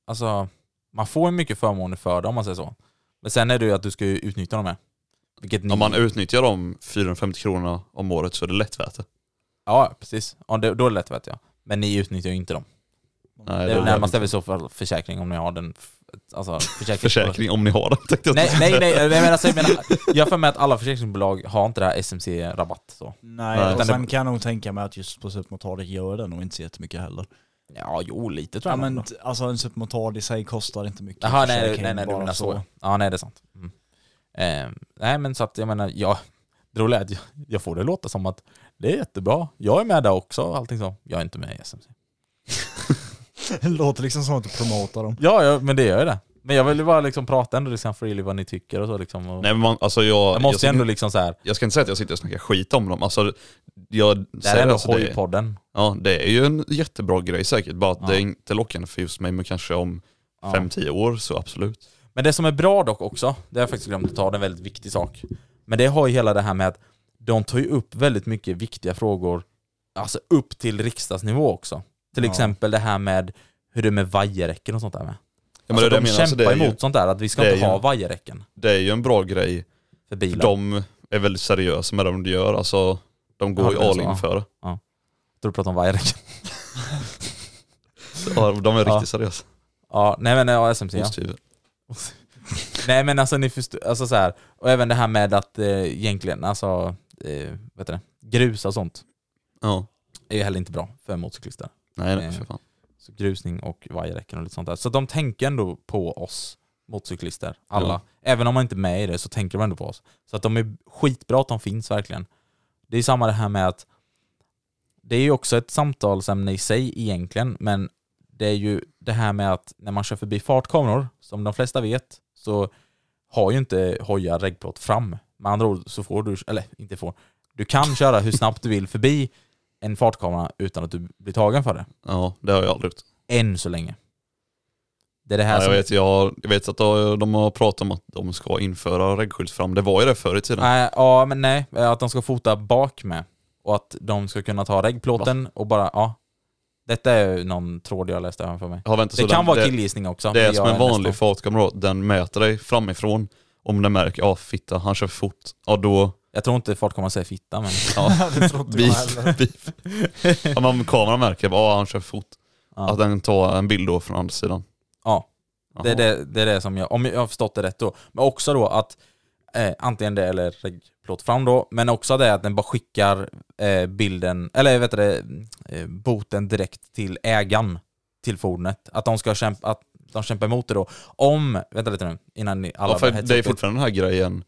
S2: alltså, man får ju mycket förmåner för det om man säger så. Men sen är det ju att du ska ju utnyttja dem här. Vilket ni...
S4: Om man utnyttjar de 450 kronorna om året så är det lätt värt det.
S2: Ja, precis. Ja, det, då är det lätt vet jag. Men ni utnyttjar ju inte dem.
S4: Nej,
S2: det
S4: det är
S2: närmaste är väl i så fall försäkring om ni har den, f-
S4: [laughs]
S2: alltså försäkring.
S4: Försäkring om ni har den tänkte jag
S2: Nej,
S4: säga.
S2: nej, nej. Jag menar, alltså, jag menar, jag har för mig att alla försäkringsbolag har inte det här SMC-rabatt. Så.
S3: Nej,
S4: Nej.
S3: och sen kan jag nog tänka mig att just på Supermotard gör det nog inte så jättemycket heller.
S2: Ja, jo, lite tror
S3: Ja,
S2: jag.
S3: men
S2: nog.
S3: t- alltså en Supermotard i sig kostar inte mycket.
S2: Jaha, Typ nej,
S3: Försäkring
S2: nej, nej, du
S3: bara
S2: menar så. Ja, nej, det är sant. Mm. Eh, nej, men så att jag menar, ja, det roliga är att jag, jag får det låta som att det är jättebra. Jag är med där också och allting så. Jag är inte med i SMC.
S3: [laughs] Det låter liksom som att du
S2: [laughs]
S3: promotar dem.
S2: Ja, ja men det gör jag det. Men jag vill ju bara liksom prata ändå liksom freely vad ni tycker och så liksom. Och
S4: [laughs] Nej men man, alltså jag...
S2: jag måste ju
S4: jag,
S2: ändå
S4: sitter-
S2: liksom så här.
S4: jag ska inte säga att jag sitter och snackar skit om dem. Alltså, jag
S2: det här är
S4: säger
S2: ändå
S4: alltså, det är-
S2: hojpodden.
S4: Ja, det är ju en jättebra grej säkert. Bara att
S2: Ja.
S4: det är inte lockande för just mig, men kanske om
S2: Ja.
S4: 5-10 år så absolut.
S2: Men det som är bra dock också, det har jag faktiskt glömt att ta, det är en väldigt viktig sak. Men det har ju hela det här med att de tar ju upp väldigt mycket viktiga frågor, alltså upp till riksdagsnivå också. Till
S3: Ja.
S2: exempel det här med hur det är med vajerräcken och sånt där med.
S4: Ja, men
S2: alltså,
S4: det är
S2: de
S4: det jag menar, alltså,
S2: kämpar
S4: det är ju-
S2: emot sånt där, att vi ska
S4: det är
S2: inte ha
S4: ju-
S2: vajerräcken
S4: Det är ju en bra grej.
S2: för
S4: För
S2: bilar.
S4: de är väldigt seriösa med det de gör. Alltså, de går
S2: Ja,
S4: ju
S2: det är
S4: all
S2: så,
S4: in
S2: ja.
S4: för det.
S2: Tror du pratar om vajerräcken? [laughs]
S4: Ja, de är
S2: Ja.
S4: riktigt seriösa.
S2: Ja, nej men ja, SMC ja.
S4: Positiva.
S2: [laughs] Nej men alltså ni förstår, alltså så här. Och även det här med att eh, egentligen, alltså, eh, vet du det, grus och sånt
S4: Ja.
S2: är ju heller inte bra för motorcyklister.
S4: Nej, nej
S2: Eh.
S4: för fan.
S2: Så grusning och vajerräcken och lite sånt där. Så de tänker ändå på oss motorcyklister, alla.
S4: Ja.
S2: Även om man inte är med i det så tänker de ändå på oss. Så att de är skitbra att de finns verkligen. Det är samma det här med att det är ju också ett samtalsämne i sig egentligen, men det är ju det här med att när man kör förbi fartkameror, som de flesta vet, så har ju inte hojar regplåt fram. Med andra ord så får du, eller inte får, du kan köra hur snabbt du vill förbi en fartkamera utan att du blir tagen för det.
S4: Ja, det har jag aldrig gjort.
S2: Än så länge. Det är det här
S4: Ja, jag,
S2: som...
S4: vet, jag, har- jag vet att de- de har pratat om att de ska införa reggskylt fram. Det var ju det förr i tiden.
S2: Nej, ja, men nej. eh, Att de ska fota bak med. Och att de ska kunna ta reggplåten och bara, ja. Detta är ju någon tråd jag läste här för mig.
S4: Jag har väntat
S2: Det
S4: så
S2: kan
S4: den-
S2: vara
S4: det-
S2: killgissning också.
S4: Det är
S2: men
S4: som
S2: jag
S4: en vanlig
S2: nästan-
S4: fartkamera, då. den mäter dig framifrån. Om den märker, ja fitta, han kör för fort. Ja då,
S2: Jag tror inte folk kommer att säga fitta, men...
S3: [laughs]
S4: ja,
S3: Det tror inte jag
S4: beep,
S3: heller.
S4: beep. Ja, men om kameran märker, ja han kör för fort.
S2: Ja.
S4: Att den tar en bild då från andra sidan.
S2: Ja.
S4: Jaha.
S2: Det är det, det är det som jag, om jag har förstått det rätt då. Men också då att eh, antingen det eller reggplåt fram då, men också det att den bara skickar eh, bilden, eller vet du det, eh, boten direkt till ägaren till fordonet. Att de ska kämpa, att de kämpar emot det då. Om, vänta lite nu, innan ni alla typ.
S4: Ja, för
S2: börjar
S4: det är
S2: hetsa upp er.
S4: fortfarande den här grejen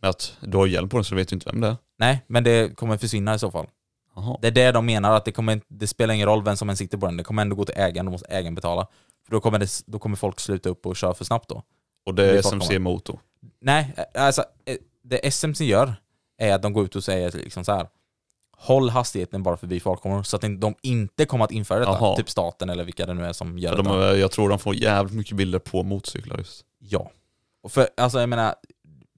S4: med att du har hjälm på den så du vet ju inte vem det är.
S2: Nej, men det kommer försvinna i så fall.
S4: Jaha.
S2: Det är det de menar, att det, kommer, inte- det spelar ingen roll vem som än sitter på den, det kommer ändå gå till ägaren, då måste ägaren betala. För då kommer, det, då kommer folk sluta upp och köra för snabbt då.
S4: Och det
S2: Det
S4: är
S2: är fartkamera.
S4: SMC-motor.
S2: Nej, alltså eh, det SMC gör är att de går ut och säger liksom så här. Håll hastigheten bara förbi fartkameror så att de inte kommer att införa detta.
S4: Aha.
S2: Typ staten eller vilka det nu är som gör
S4: Ja,
S2: detta.
S4: de, eh, jag tror de får jävligt mycket bilder på motorcyklar just.
S2: Ja. Och för, alltså jag menar,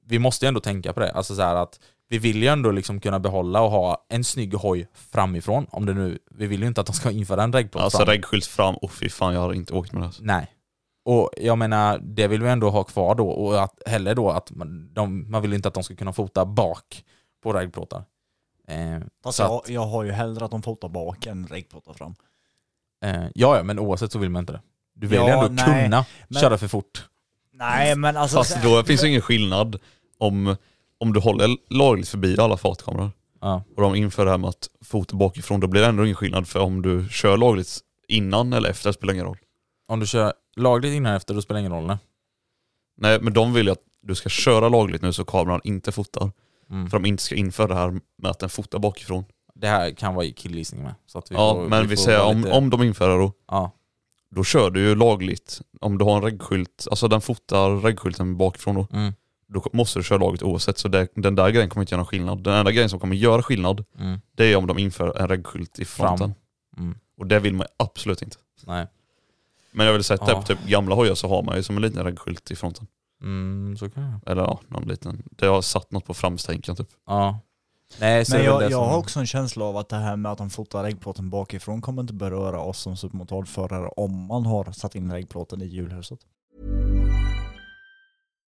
S2: vi måste ju ändå tänka på det. Alltså så här att vi vill ju ändå liksom kunna behålla och ha en snygg hoj framifrån. Om det nu, vi vill ju inte att de ska införa en regplåt
S4: Alltså
S2: fram.
S4: reggskylt fram, och fy fan jag har inte åkt med det. här.
S2: Nej. Och jag menar, det vill vi ändå ha kvar då. Och att, hellre då att man, de, man vill inte att de ska kunna fota bak på raggplåtar. Eh,
S3: Fast
S2: så
S3: jag,
S2: att,
S3: jag har ju hellre att de fotar bak än reggplåtar fram.
S2: eh, ja, ja, men oavsett så vill man inte det. Du vill
S3: Ja,
S2: ändå
S3: nej,
S2: kunna
S3: men-
S2: köra för fort.
S3: Nej men alltså...
S4: Fast då finns ju ingen skillnad om, om du håller lagligt förbi alla fartkameror
S2: Ja.
S4: och de inför det här med att fota bakifrån, då blir det ändå ingen skillnad för om du kör lagligt innan eller efter spelar ingen roll.
S2: Om du kör lagligt innan och efter, då spelar det ingen roll. Nej.
S4: Nej men de vill ju att du ska köra lagligt nu så kameran inte fotar.
S2: Mm.
S4: För de inte ska införa det här med att den fotar bakifrån.
S2: Det här kan vara killgissning med. Så att vi
S4: ja
S2: får,
S4: men vi,
S2: får
S4: säger
S2: vara
S4: om,
S2: lite-
S4: om de inför det då,
S2: Ja.
S4: då kör du ju lagligt. Om du har en reggskylt, alltså den fotar reggskylten bakifrån då.
S2: Mm.
S4: Då måste du köra lagligt oavsett så det, den där grejen kommer inte göra någon skillnad. Den enda grejen som kommer göra skillnad
S2: Mm.
S4: det är om de inför en reggskylt i
S2: Fram.
S4: fronten.
S2: Mm.
S4: Och det vill man absolut inte.
S2: Nej.
S4: Men jag vill säga att
S2: Ja.
S4: på typ gamla hojar så har man ju som en liten reggskylt i fronten.
S2: Mm, så kan jag.
S4: Eller ja, någon liten. Det har satt något på framstänken typ.
S2: Ja. Nej, så
S3: Men
S2: det är väl
S3: jag,
S2: det
S3: jag
S2: som-
S3: har också en känsla av att det här med att de fotar äggplåten bakifrån kommer inte beröra oss som supermotorförare om man har satt in äggplåten i hjulhuset.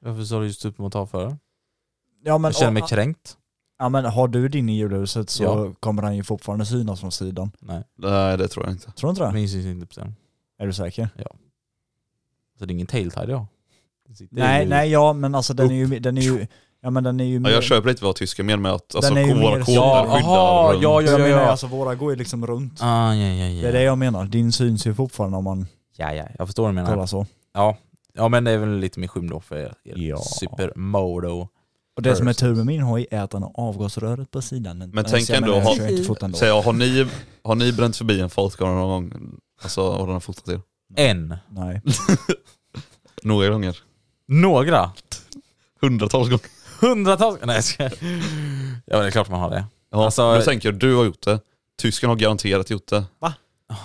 S2: Varför sa du just typ mot avförare?
S3: Ja men,
S2: Jag känner mig
S3: och-
S2: kränkt.
S3: ja, men har du din i hjulhuset så
S2: Ja.
S3: kommer han ju fortfarande synas från sidan.
S2: Nej,
S4: Nej det tror jag inte.
S3: Tror du inte det?
S2: min syns inte på scenen.
S3: Är du säker?
S2: Så det är ingen tailtide jag har. Den sitter
S3: Nej,
S2: ju-
S3: nej ja men alltså den är ju, den är ju, ja men den är ju
S4: Ja,
S3: mer-
S4: jag köper lite vad tysken menar med att alltså,
S3: är ju
S4: våra
S3: mer
S4: kåtor
S3: så-
S4: skyddar
S2: Jaha,
S4: runt.
S2: ja, ja,
S3: Jag
S2: ja,
S3: menar
S2: ja.
S3: alltså våra går ju liksom runt.
S2: Ah, ja, ja,
S3: Det
S2: ja.
S3: är det jag menar, din syns ju fortfarande om man
S2: ja, ja. Jag förstår vad du menar.
S3: kollar så.
S2: Ja men det är väl lite mer skym då för er, er
S3: Ja.
S2: supermodo.
S3: Och det som är tur med min hoj är att den har avgasröret på sidan.
S4: Men
S3: Så
S4: tänk
S3: jag
S4: ändå
S3: menar, jag
S4: ha-
S3: kör inte fort ändå.
S4: Säger jag, har ni, har ni bränt förbi en fartkamera någon gång? Alltså och den har fotat er?
S2: En.
S3: Nej.
S4: [laughs] Några gånger.
S2: Några.
S4: Hundratals gånger.
S2: Hundratals. Nej jag ska... Ja det är klart man har det.
S4: Ja,
S2: Alltså-
S4: nu tänker jag, du har gjort det. Tysken har garanterat gjort det.
S3: Va?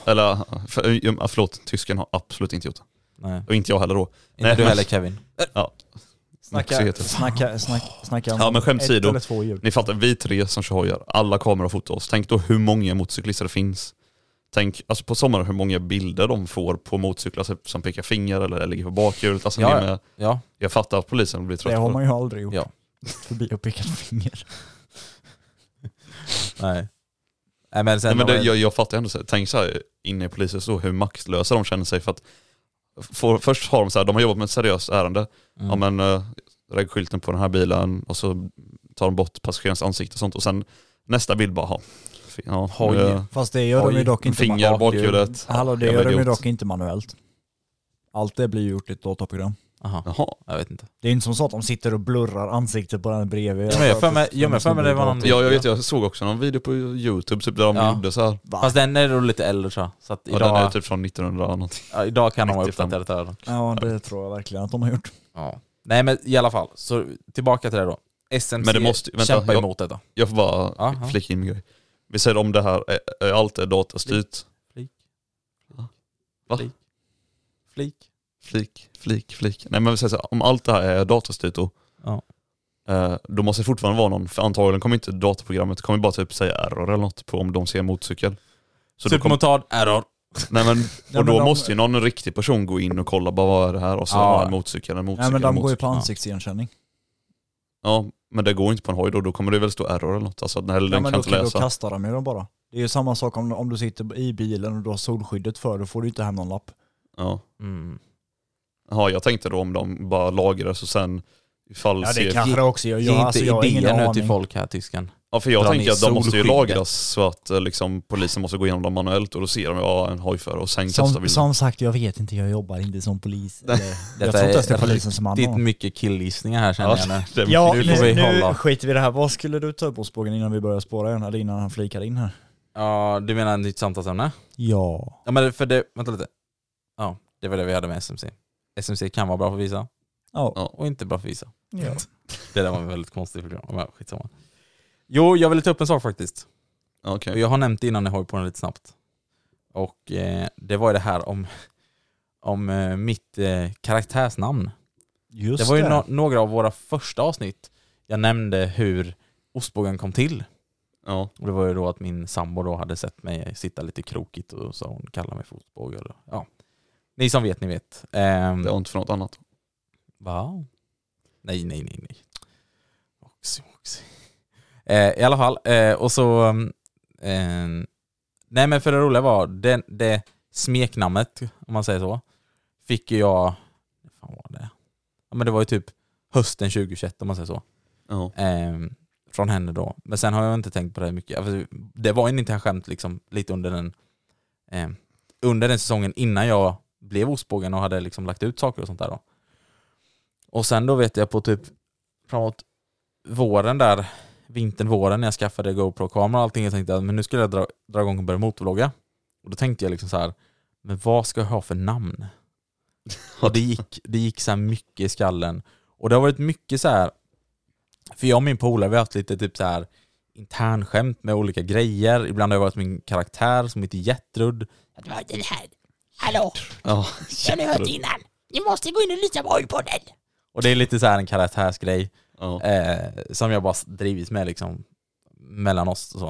S4: Eller, för, ja, förlåt, tysken har absolut inte gjort det.
S2: Nej.
S4: Och inte jag heller då.
S2: Inte
S4: Nej,
S2: du
S4: men-
S2: heller Kevin.
S4: Ja. Så
S3: Snacka,
S4: heter det.
S3: snacka, snack, snacka om
S4: Ja, men skämt
S3: ett
S4: åsido.
S3: eller två hjul.
S4: Ni fattar, vi tre som kör hojar, alla kameror fotar oss. Tänk då hur många motorcyklister det finns. Tänk alltså på sommaren hur många bilder de får på motorcyklar som- som pekar finger eller ligger på bakhjulet. Alltså,
S2: Ja,
S4: ni
S2: ja.
S4: är med,
S2: Ja.
S4: jag fattar att polisen blir
S3: Det
S4: trött
S3: har
S4: på
S3: man ju aldrig gjort.
S2: Ja.
S3: [laughs] Förbi och pekat finger.
S2: Nej. Nej men sen...
S4: Nej, men det, jag, jag fattar ändå, så här, tänk så här, inne i polisen så hur maxlösa de känner sig för att för, först har de så här, de har jobbat med ett seriöst ärende,
S2: Mm.
S4: ja men äh, regskylten på den här bilen och så tar de bort passagerarens ansikte och sånt och sen nästa bild bara, ha, fi- ja,
S2: Hoj.
S4: eh,
S3: Fast det gör
S2: Oj,
S3: de ju dock inte
S4: finger
S3: manuellt.
S4: bakhjulet.
S3: Hallå, det
S4: Jag
S3: gör
S4: var
S3: de ju
S4: idiot.
S3: dock inte manuellt. Allt det blir ju gjort i ett dataprogram.
S2: Aha.
S4: Jaha.
S2: Jag vet inte.
S3: Det är inte som så att de sitter och blurrar ansiktet på den bredvid.
S2: Ja,
S3: Alltså,
S2: men jag för mig- ja, men jag för mig det var någon-
S4: Ja, jag vet, jag såg också någon video på youtube typ, där de
S2: Ja.
S4: gjorde så här.
S3: Va?
S2: Fast den är då lite äldre tror jag. Så att
S4: Ja,
S2: idag,
S4: den är typ från 1900 någonting.
S2: ja, idag kan de ha
S4: 95.
S2: uppdaterat det här.
S3: Ja, det tror jag verkligen att de har gjort.
S2: Ja. Nej men i alla fall, så tillbaka till det då. SMC
S4: Men det måste- vänta,
S2: kämpar
S4: jag-
S2: emot detta.
S4: Jag får bara
S2: Aha.
S4: flika in min grej. Vi säger om det här, är, är allt är datastyrt.
S2: Flik.
S4: Va?
S2: Flik. Flik.
S4: Flik, flik, flik. Nej men vi säger så här, om allt det här är datastyrt då,
S2: Ja.
S4: eh, då måste det fortfarande vara någon, för antagligen kommer inte datorprogrammet, kommer bara typ säga error eller något på om de ser en motorcykel. Så då kommer,
S2: Supermotard, error.
S3: [laughs]
S4: nej men,
S3: Nej,
S4: och
S3: Typ men
S4: då
S3: de-
S4: måste ju någon riktig person gå in och kolla bara vad är det här och så
S2: Ja.
S4: har en motorcykel, en
S3: Nej
S4: motorcykel,
S3: men de går
S4: en
S3: ju
S4: motorcykel.
S3: på ansiktsigenkänning.
S4: Ja, men det går inte på en hoj då, då kommer det väl stå error eller något. Alltså, den, eller
S3: Ja,
S4: den
S3: men då,
S4: kan inte
S3: kan- då
S4: läsa.
S3: kastar de ju dem bara. Det är ju samma sak om, om du sitter i bilen och du har solskyddet för, då får du inte hem någon lapp.
S4: Ja.
S2: Mm.
S4: ja, jag tänkte då om de bara lagrar så sen ifall
S3: Ja det
S4: ser-
S3: kanske det också gör.
S2: Ge
S3: Jag,
S2: inte
S3: alltså, jag har ingen
S2: idéer nu till
S3: aning.
S2: folk här tysken.
S4: Ja för jag
S2: Dra ner
S4: tänker att de måste ju
S2: solskyddet.
S4: lagras så att eh, liksom, polisen måste gå igenom dem manuellt och då ser de ja, en hojförare och sen kastar vi
S3: Som,
S4: den.
S3: som sagt, jag vet inte, jag jobbar inte
S2: [laughs]
S3: som polis. Eller, jag
S2: Detta
S3: tror inte ens det är
S2: är
S3: polisen som
S2: Det är
S3: anordnar.
S2: mycket killgissningar här känner
S4: Ja,
S2: jag nu.
S4: [laughs] det är
S3: Ja,
S2: Ehm, nu
S3: nu,
S2: får vi
S3: nu
S2: hålla.
S3: skiter vi i det här. Vad skulle du ta upp på spågen innan vi börjar spåra igen? Eller innan han flikar in här?
S2: Ja, du menar nytt samtalsämne?
S3: Ja.
S2: Ja men för det, vänta lite. Ja, det var det vi hade med SMC. SMC kan vara bra för visa
S3: Ja.
S2: och inte bra för visa.
S3: ja.
S2: Det där var en väldigt konstig förklaring. Men skitsamma. Jo, jag ville ta upp en sak faktiskt.
S4: Okej.
S2: Och Jag har nämnt det innan, jag har ju på den lite snabbt. Och eh, det var ju det här om, om eh, mitt eh, karaktärsnamn.
S3: Just
S2: Det var ju no- några av våra första avsnitt jag nämnde hur ostbågen kom till.
S4: Ja.
S2: Och det var ju då att min sambo då hade sett mig sitta lite krokigt och så hon kallade mig för ostbåge. eller- Ja. Ni som vet, ni vet. Ehm,
S4: Det var inte för något annat.
S2: Va? Nej, nej, nej, nej. Oxy, oxy. Eh, I alla fall, eh, och så... mm, Eh, nej men för det roliga var, det, det smeknamnet, om man säger så, fick ju jag... Vad fan var det? Ja men det var ju typ hösten 2021 om man säger så.
S4: Ja.
S2: Ehm, från henne då. Men sen har jag inte tänkt på det mycket. Alltså, Det var en intern skämt liksom, lite under den, ehm, under den säsongen innan jag blev ostbågen och hade liksom lagt ut saker och sånt där då. Och sen då vet jag på typ framåt våren där, vintern, våren när jag skaffade GoPro-kamera och allting, jag tänkte att men nu skulle jag dra, dra igång och börja motorvlogga. Och då tänkte jag liksom så här, men vad ska jag ha för namn? Och det gick, det gick så här mycket i skallen. Och det har varit mycket så här, för jag och min polare vi har haft lite typ så här internskämt med olika grejer. Ibland har jag varit min karaktär som heter Jättrud.
S5: Du hörde det här. Hallå,
S4: Ja.
S5: det har ni hört innan. Ni måste gå in och lyssna på Hojpodden.
S2: Och det är lite så här en karaktärsgrej
S4: ja.
S2: eh, som jag bara drivits med liksom mellan oss och så.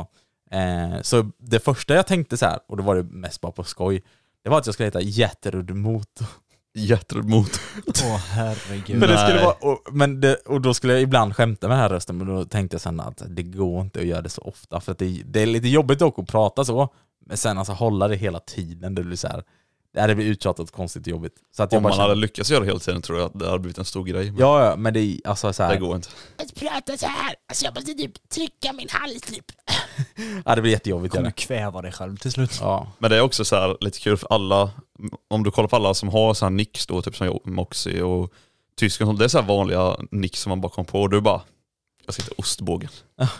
S2: Eh, så det första jag tänkte så här, och det var det mest bara på skoj, det var att jag skulle heta Jätterud Motor.
S4: Hjärtat mot.
S3: Åh herregud.
S2: Men, det skulle
S4: Nej.
S2: vara, och, men det, och då skulle jag ibland skämta med den här rösten, men då tänkte jag sen att det går inte att göra det så ofta, för att det, det är lite jobbigt dock att prata så, men sen alltså hålla det hela tiden, det blir så här, det, här, det blir uttjatat, konstigt och jobbigt. Så att jag
S4: Om
S2: bara
S4: man hade
S2: känner,
S4: lyckats göra det hela tiden tror jag att det hade blivit en stor grej. Men
S2: ja, ja, men det är alltså så
S4: det
S2: här,
S4: går inte.
S5: Att prata så här. Alltså jag måste typ trycka min hals typ.
S2: ja, det blir jättejobbigt.
S3: Kommer
S2: Ja,
S3: du kväva dig själv till slut?
S2: ja.
S4: Men det är också så här lite kul för alla, om du kollar på alla som har så här nicks då, typ som jag, Moxie och tysken, och sånt, det är så här vanliga nicks som man bara kom på och du bara, jag ska heta ostbågen.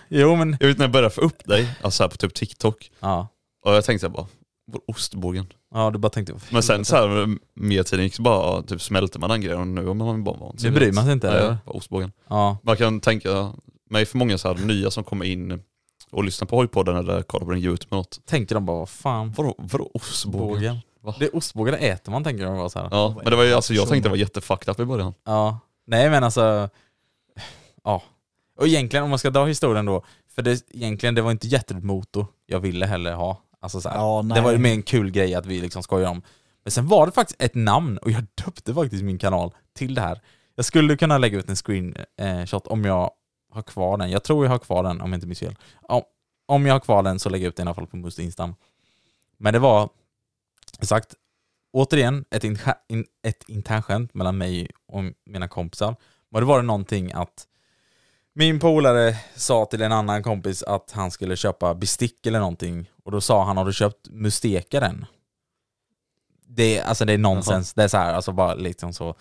S2: Jo men,
S4: Jag vet när jag började få upp dig, alltså här på typ TikTok,
S2: ja.
S4: och jag tänkte så här bara, "Vadå ostbågen?
S2: Ja, du bara tänkte, vad
S4: Men sen
S2: helvete.
S4: så här mer tiden gick så bara typ smälter man den grejen och nu är man bara van.
S2: Nu bryr man sig inte,
S4: Nej,
S2: eller?
S4: bara ostbågen.
S2: ja,
S4: Man kan tänka mig för många så här nya som kommer in och lyssnar på Hojpodden eller kollar på den Youtube eller något.
S2: tänkte de bara, vad fan,
S4: Vadå, vadå ostbågen?
S2: bågen.
S4: Va?
S2: Det är ostbågar det äter man tänker de bara så här.
S4: Ja, men det var ju alltså, jag tänkte det var jättefucked up i början.
S2: Ja, nej men alltså, ja. Och egentligen om man ska dra historien då, för det, egentligen det var inte jättemotor jag ville heller ha. Alltså så här,
S3: Ja, nej.
S2: det var ju mer en kul grej att vi liksom skojar om. Men sen var det faktiskt ett namn och jag döpte faktiskt min kanal till det här. Jag skulle kunna lägga ut en screenshot om jag har kvar den. Jag tror jag har kvar den om jag inte minns fel. Om, om jag har kvar den så lägger jag ut den i alla fall på Must Instam. Men det var sagt, återigen ett, inter- in, ett internskämt mellan mig och mina kompisar. Men det var det någonting att min polare sa till en annan kompis att han skulle köpa bestick eller någonting och då sa han har du köpt mustekaren? Det, är- alltså det är nonsens, det är så här, alltså bara liksom så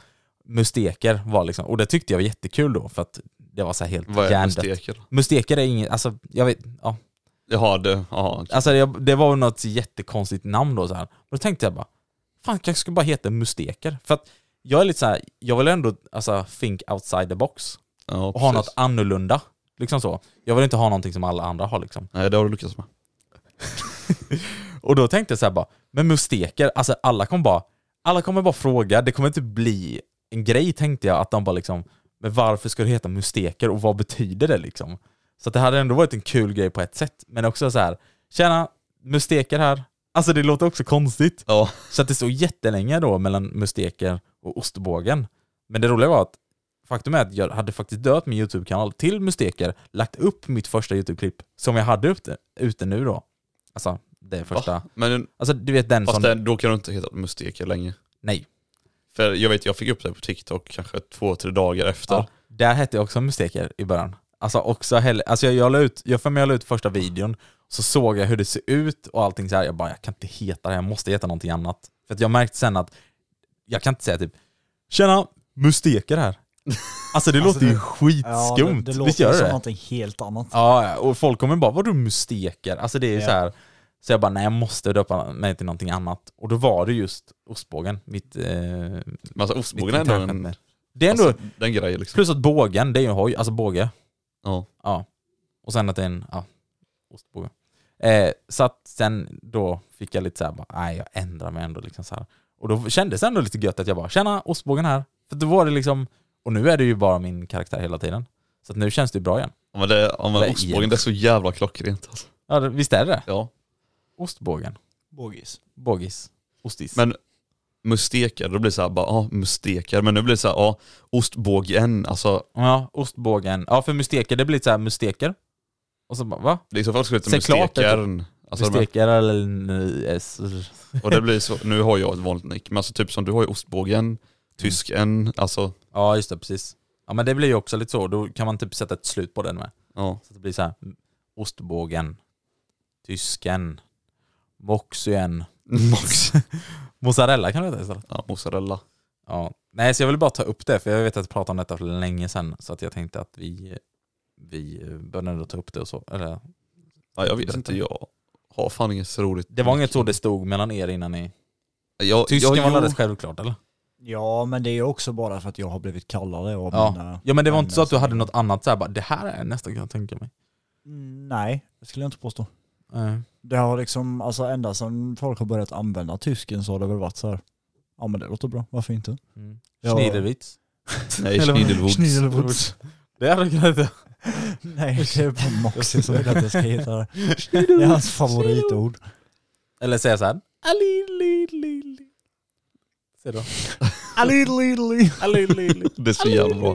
S2: Musteker var liksom, och det tyckte jag var jättekul då för att det var så här helt
S4: Vad är
S2: hjärndött.
S4: musteker?
S2: Musteker är inget, alltså jag vet, ja.
S4: Jaha, det, aha.
S2: Alltså det, det var väl något jättekonstigt namn då så här. Och då tänkte jag bara, fan jag skulle bara heta Musteker. För att jag är lite så här, jag vill ändå alltså think outside the box
S4: Ja,
S2: och ha
S4: precis.
S2: något annorlunda. Liksom så. Jag vill inte ha någonting som alla andra har liksom.
S4: Nej, det har du lyckats med.
S2: Och då tänkte jag så här bara, men Musteker, alltså alla kommer bara, alla kommer bara fråga, det kommer inte bli en grej tänkte jag att de bara liksom, men varför ska du heta Musteker och vad betyder det liksom? Så att det hade ändå varit en kul grej på ett sätt, men också så här, tjena, Musteker här. Alltså det låter också konstigt.
S4: Ja,
S2: Så att det stod jättelänge då mellan Musteker och Ostbågen. Men det roliga var att faktum är att jag hade faktiskt döpt min YouTube-kanal till Musteker, lagt upp mitt första YouTube-klipp som jag hade ute, ute nu då. Alltså det första.
S4: va? [laughs] Men
S2: Alltså du vet den
S4: fast
S2: som...
S4: det, då kan du inte heta musteker länge.
S2: Nej.
S4: För jag vet, jag fick upp det på TikTok kanske två, tre dagar efter.
S2: Ja, där hette jag också Musteker i början. Alltså också hell... Alltså jag, jag la ut, jag för mig jag la ut första videon, så såg jag hur det ser ut och allting så här. Jag bara, jag kan inte heta det här, jag måste heta någonting annat. För att jag märkte sen att, jag kan inte säga typ, tjena, Musteker här. Alltså det låter ju skitskumt.
S3: det, det
S2: Visst
S3: låter
S2: gör
S3: ju som
S2: det?
S3: någonting helt annat.
S2: Ja, ja, och folk kommer bara, vadå Musteker? Alltså det är ju
S3: Ja.
S2: så här. Så jag bara, nej jag måste döpa mig till någonting annat. Och då var det just ostbågen, mitt... Eh,
S4: Men alltså ostbågen är
S2: mitt
S4: ändå
S2: tanken
S4: en,
S2: där. det är ändå,
S4: alltså, den grejen liksom.
S2: plus att bågen, det är ju en hoj, alltså båge.
S4: Ja.
S2: Ja. Och sen att det är en, ja, ostbåge. Eh, så att sen då fick jag lite såhär, bara, nej jag ändrar mig ändå liksom så här. Och då kändes det ändå lite gött att jag bara, tjena ostbågen här. För då var det liksom, och nu är det ju bara min karaktär hela tiden. Så att nu känns det ju bra igen.
S4: Ja, men det, ja,
S2: Vad är
S4: men ostbågen, det är så jävla klockrent alltså.
S2: Ja, det- visst är det det?
S4: Ja.
S2: Ostbågen,
S3: Bogis.
S2: bågis, ostis.
S4: Men mustekar, då blir det såhär bara, ja mustekar. Men nu blir det såhär, ja ostbågen. Alltså
S2: Ja, ostbågen. Ja, för musteker, det blir lite så här musteker. Och så bara, va?
S4: det är i så fall skulle det heta
S2: Säg klart det.
S4: mustekaren. Alltså, de här-
S2: musteker eller... n- s-
S4: och det blir så, nu har jag ett vanligt nick, men alltså typ som du har ju
S2: Mm.
S4: ostbågen, tysken, alltså
S2: Ja, just det, precis. Ja, men det blir ju också lite så. Då kan man typ sätta ett slut på den med. [laughs]
S4: ja.
S2: Så att det blir så här, m- ostbågen, tysken, moxien,
S4: Mox.
S2: mozzarella kan du heta istället.
S4: Ja, mozzarella.
S2: Ja. Nej, så jag ville bara ta upp det, för jag vet att jag pratade om detta för länge sedan, så att jag tänkte att vi, vi bör ändå ta upp det och så. Eller,
S4: Ja, jag vet inte, jag har fan inget så roligt.
S2: det var inget så det stod mellan er innan ni...
S4: Jag,
S2: Tysken
S4: jag,
S2: var
S4: jo,
S2: väl rätt självklart, eller?
S3: Ja, men det är också bara för att jag har blivit kallare av
S2: Ja.
S3: mina...
S2: Ja men det var
S3: Men
S2: inte så att du
S3: alltså-
S2: hade något annat såhär bara, det här är nästan kan jag tänka mig.
S3: Mm, Nej, det skulle jag inte påstå. Det har liksom, alltså ända sedan folk har börjat använda tysken så har det väl varit så här. Ja men det låter bra, varför inte?
S2: Mm.
S3: Ja.
S2: Schnidelwitz. [laughs]
S4: Nej,
S2: Eller vad-
S4: Schnidelwoods.
S2: Det hade jag kunnat heta.
S3: Nej, det är bara Moxie som vill att jag ska hitta det. [laughs] Det är hans favoritord.
S2: Eller säga såhär. Alililili. Se då. Alililili. Alililili.
S4: [laughs] Det är så jävla bra.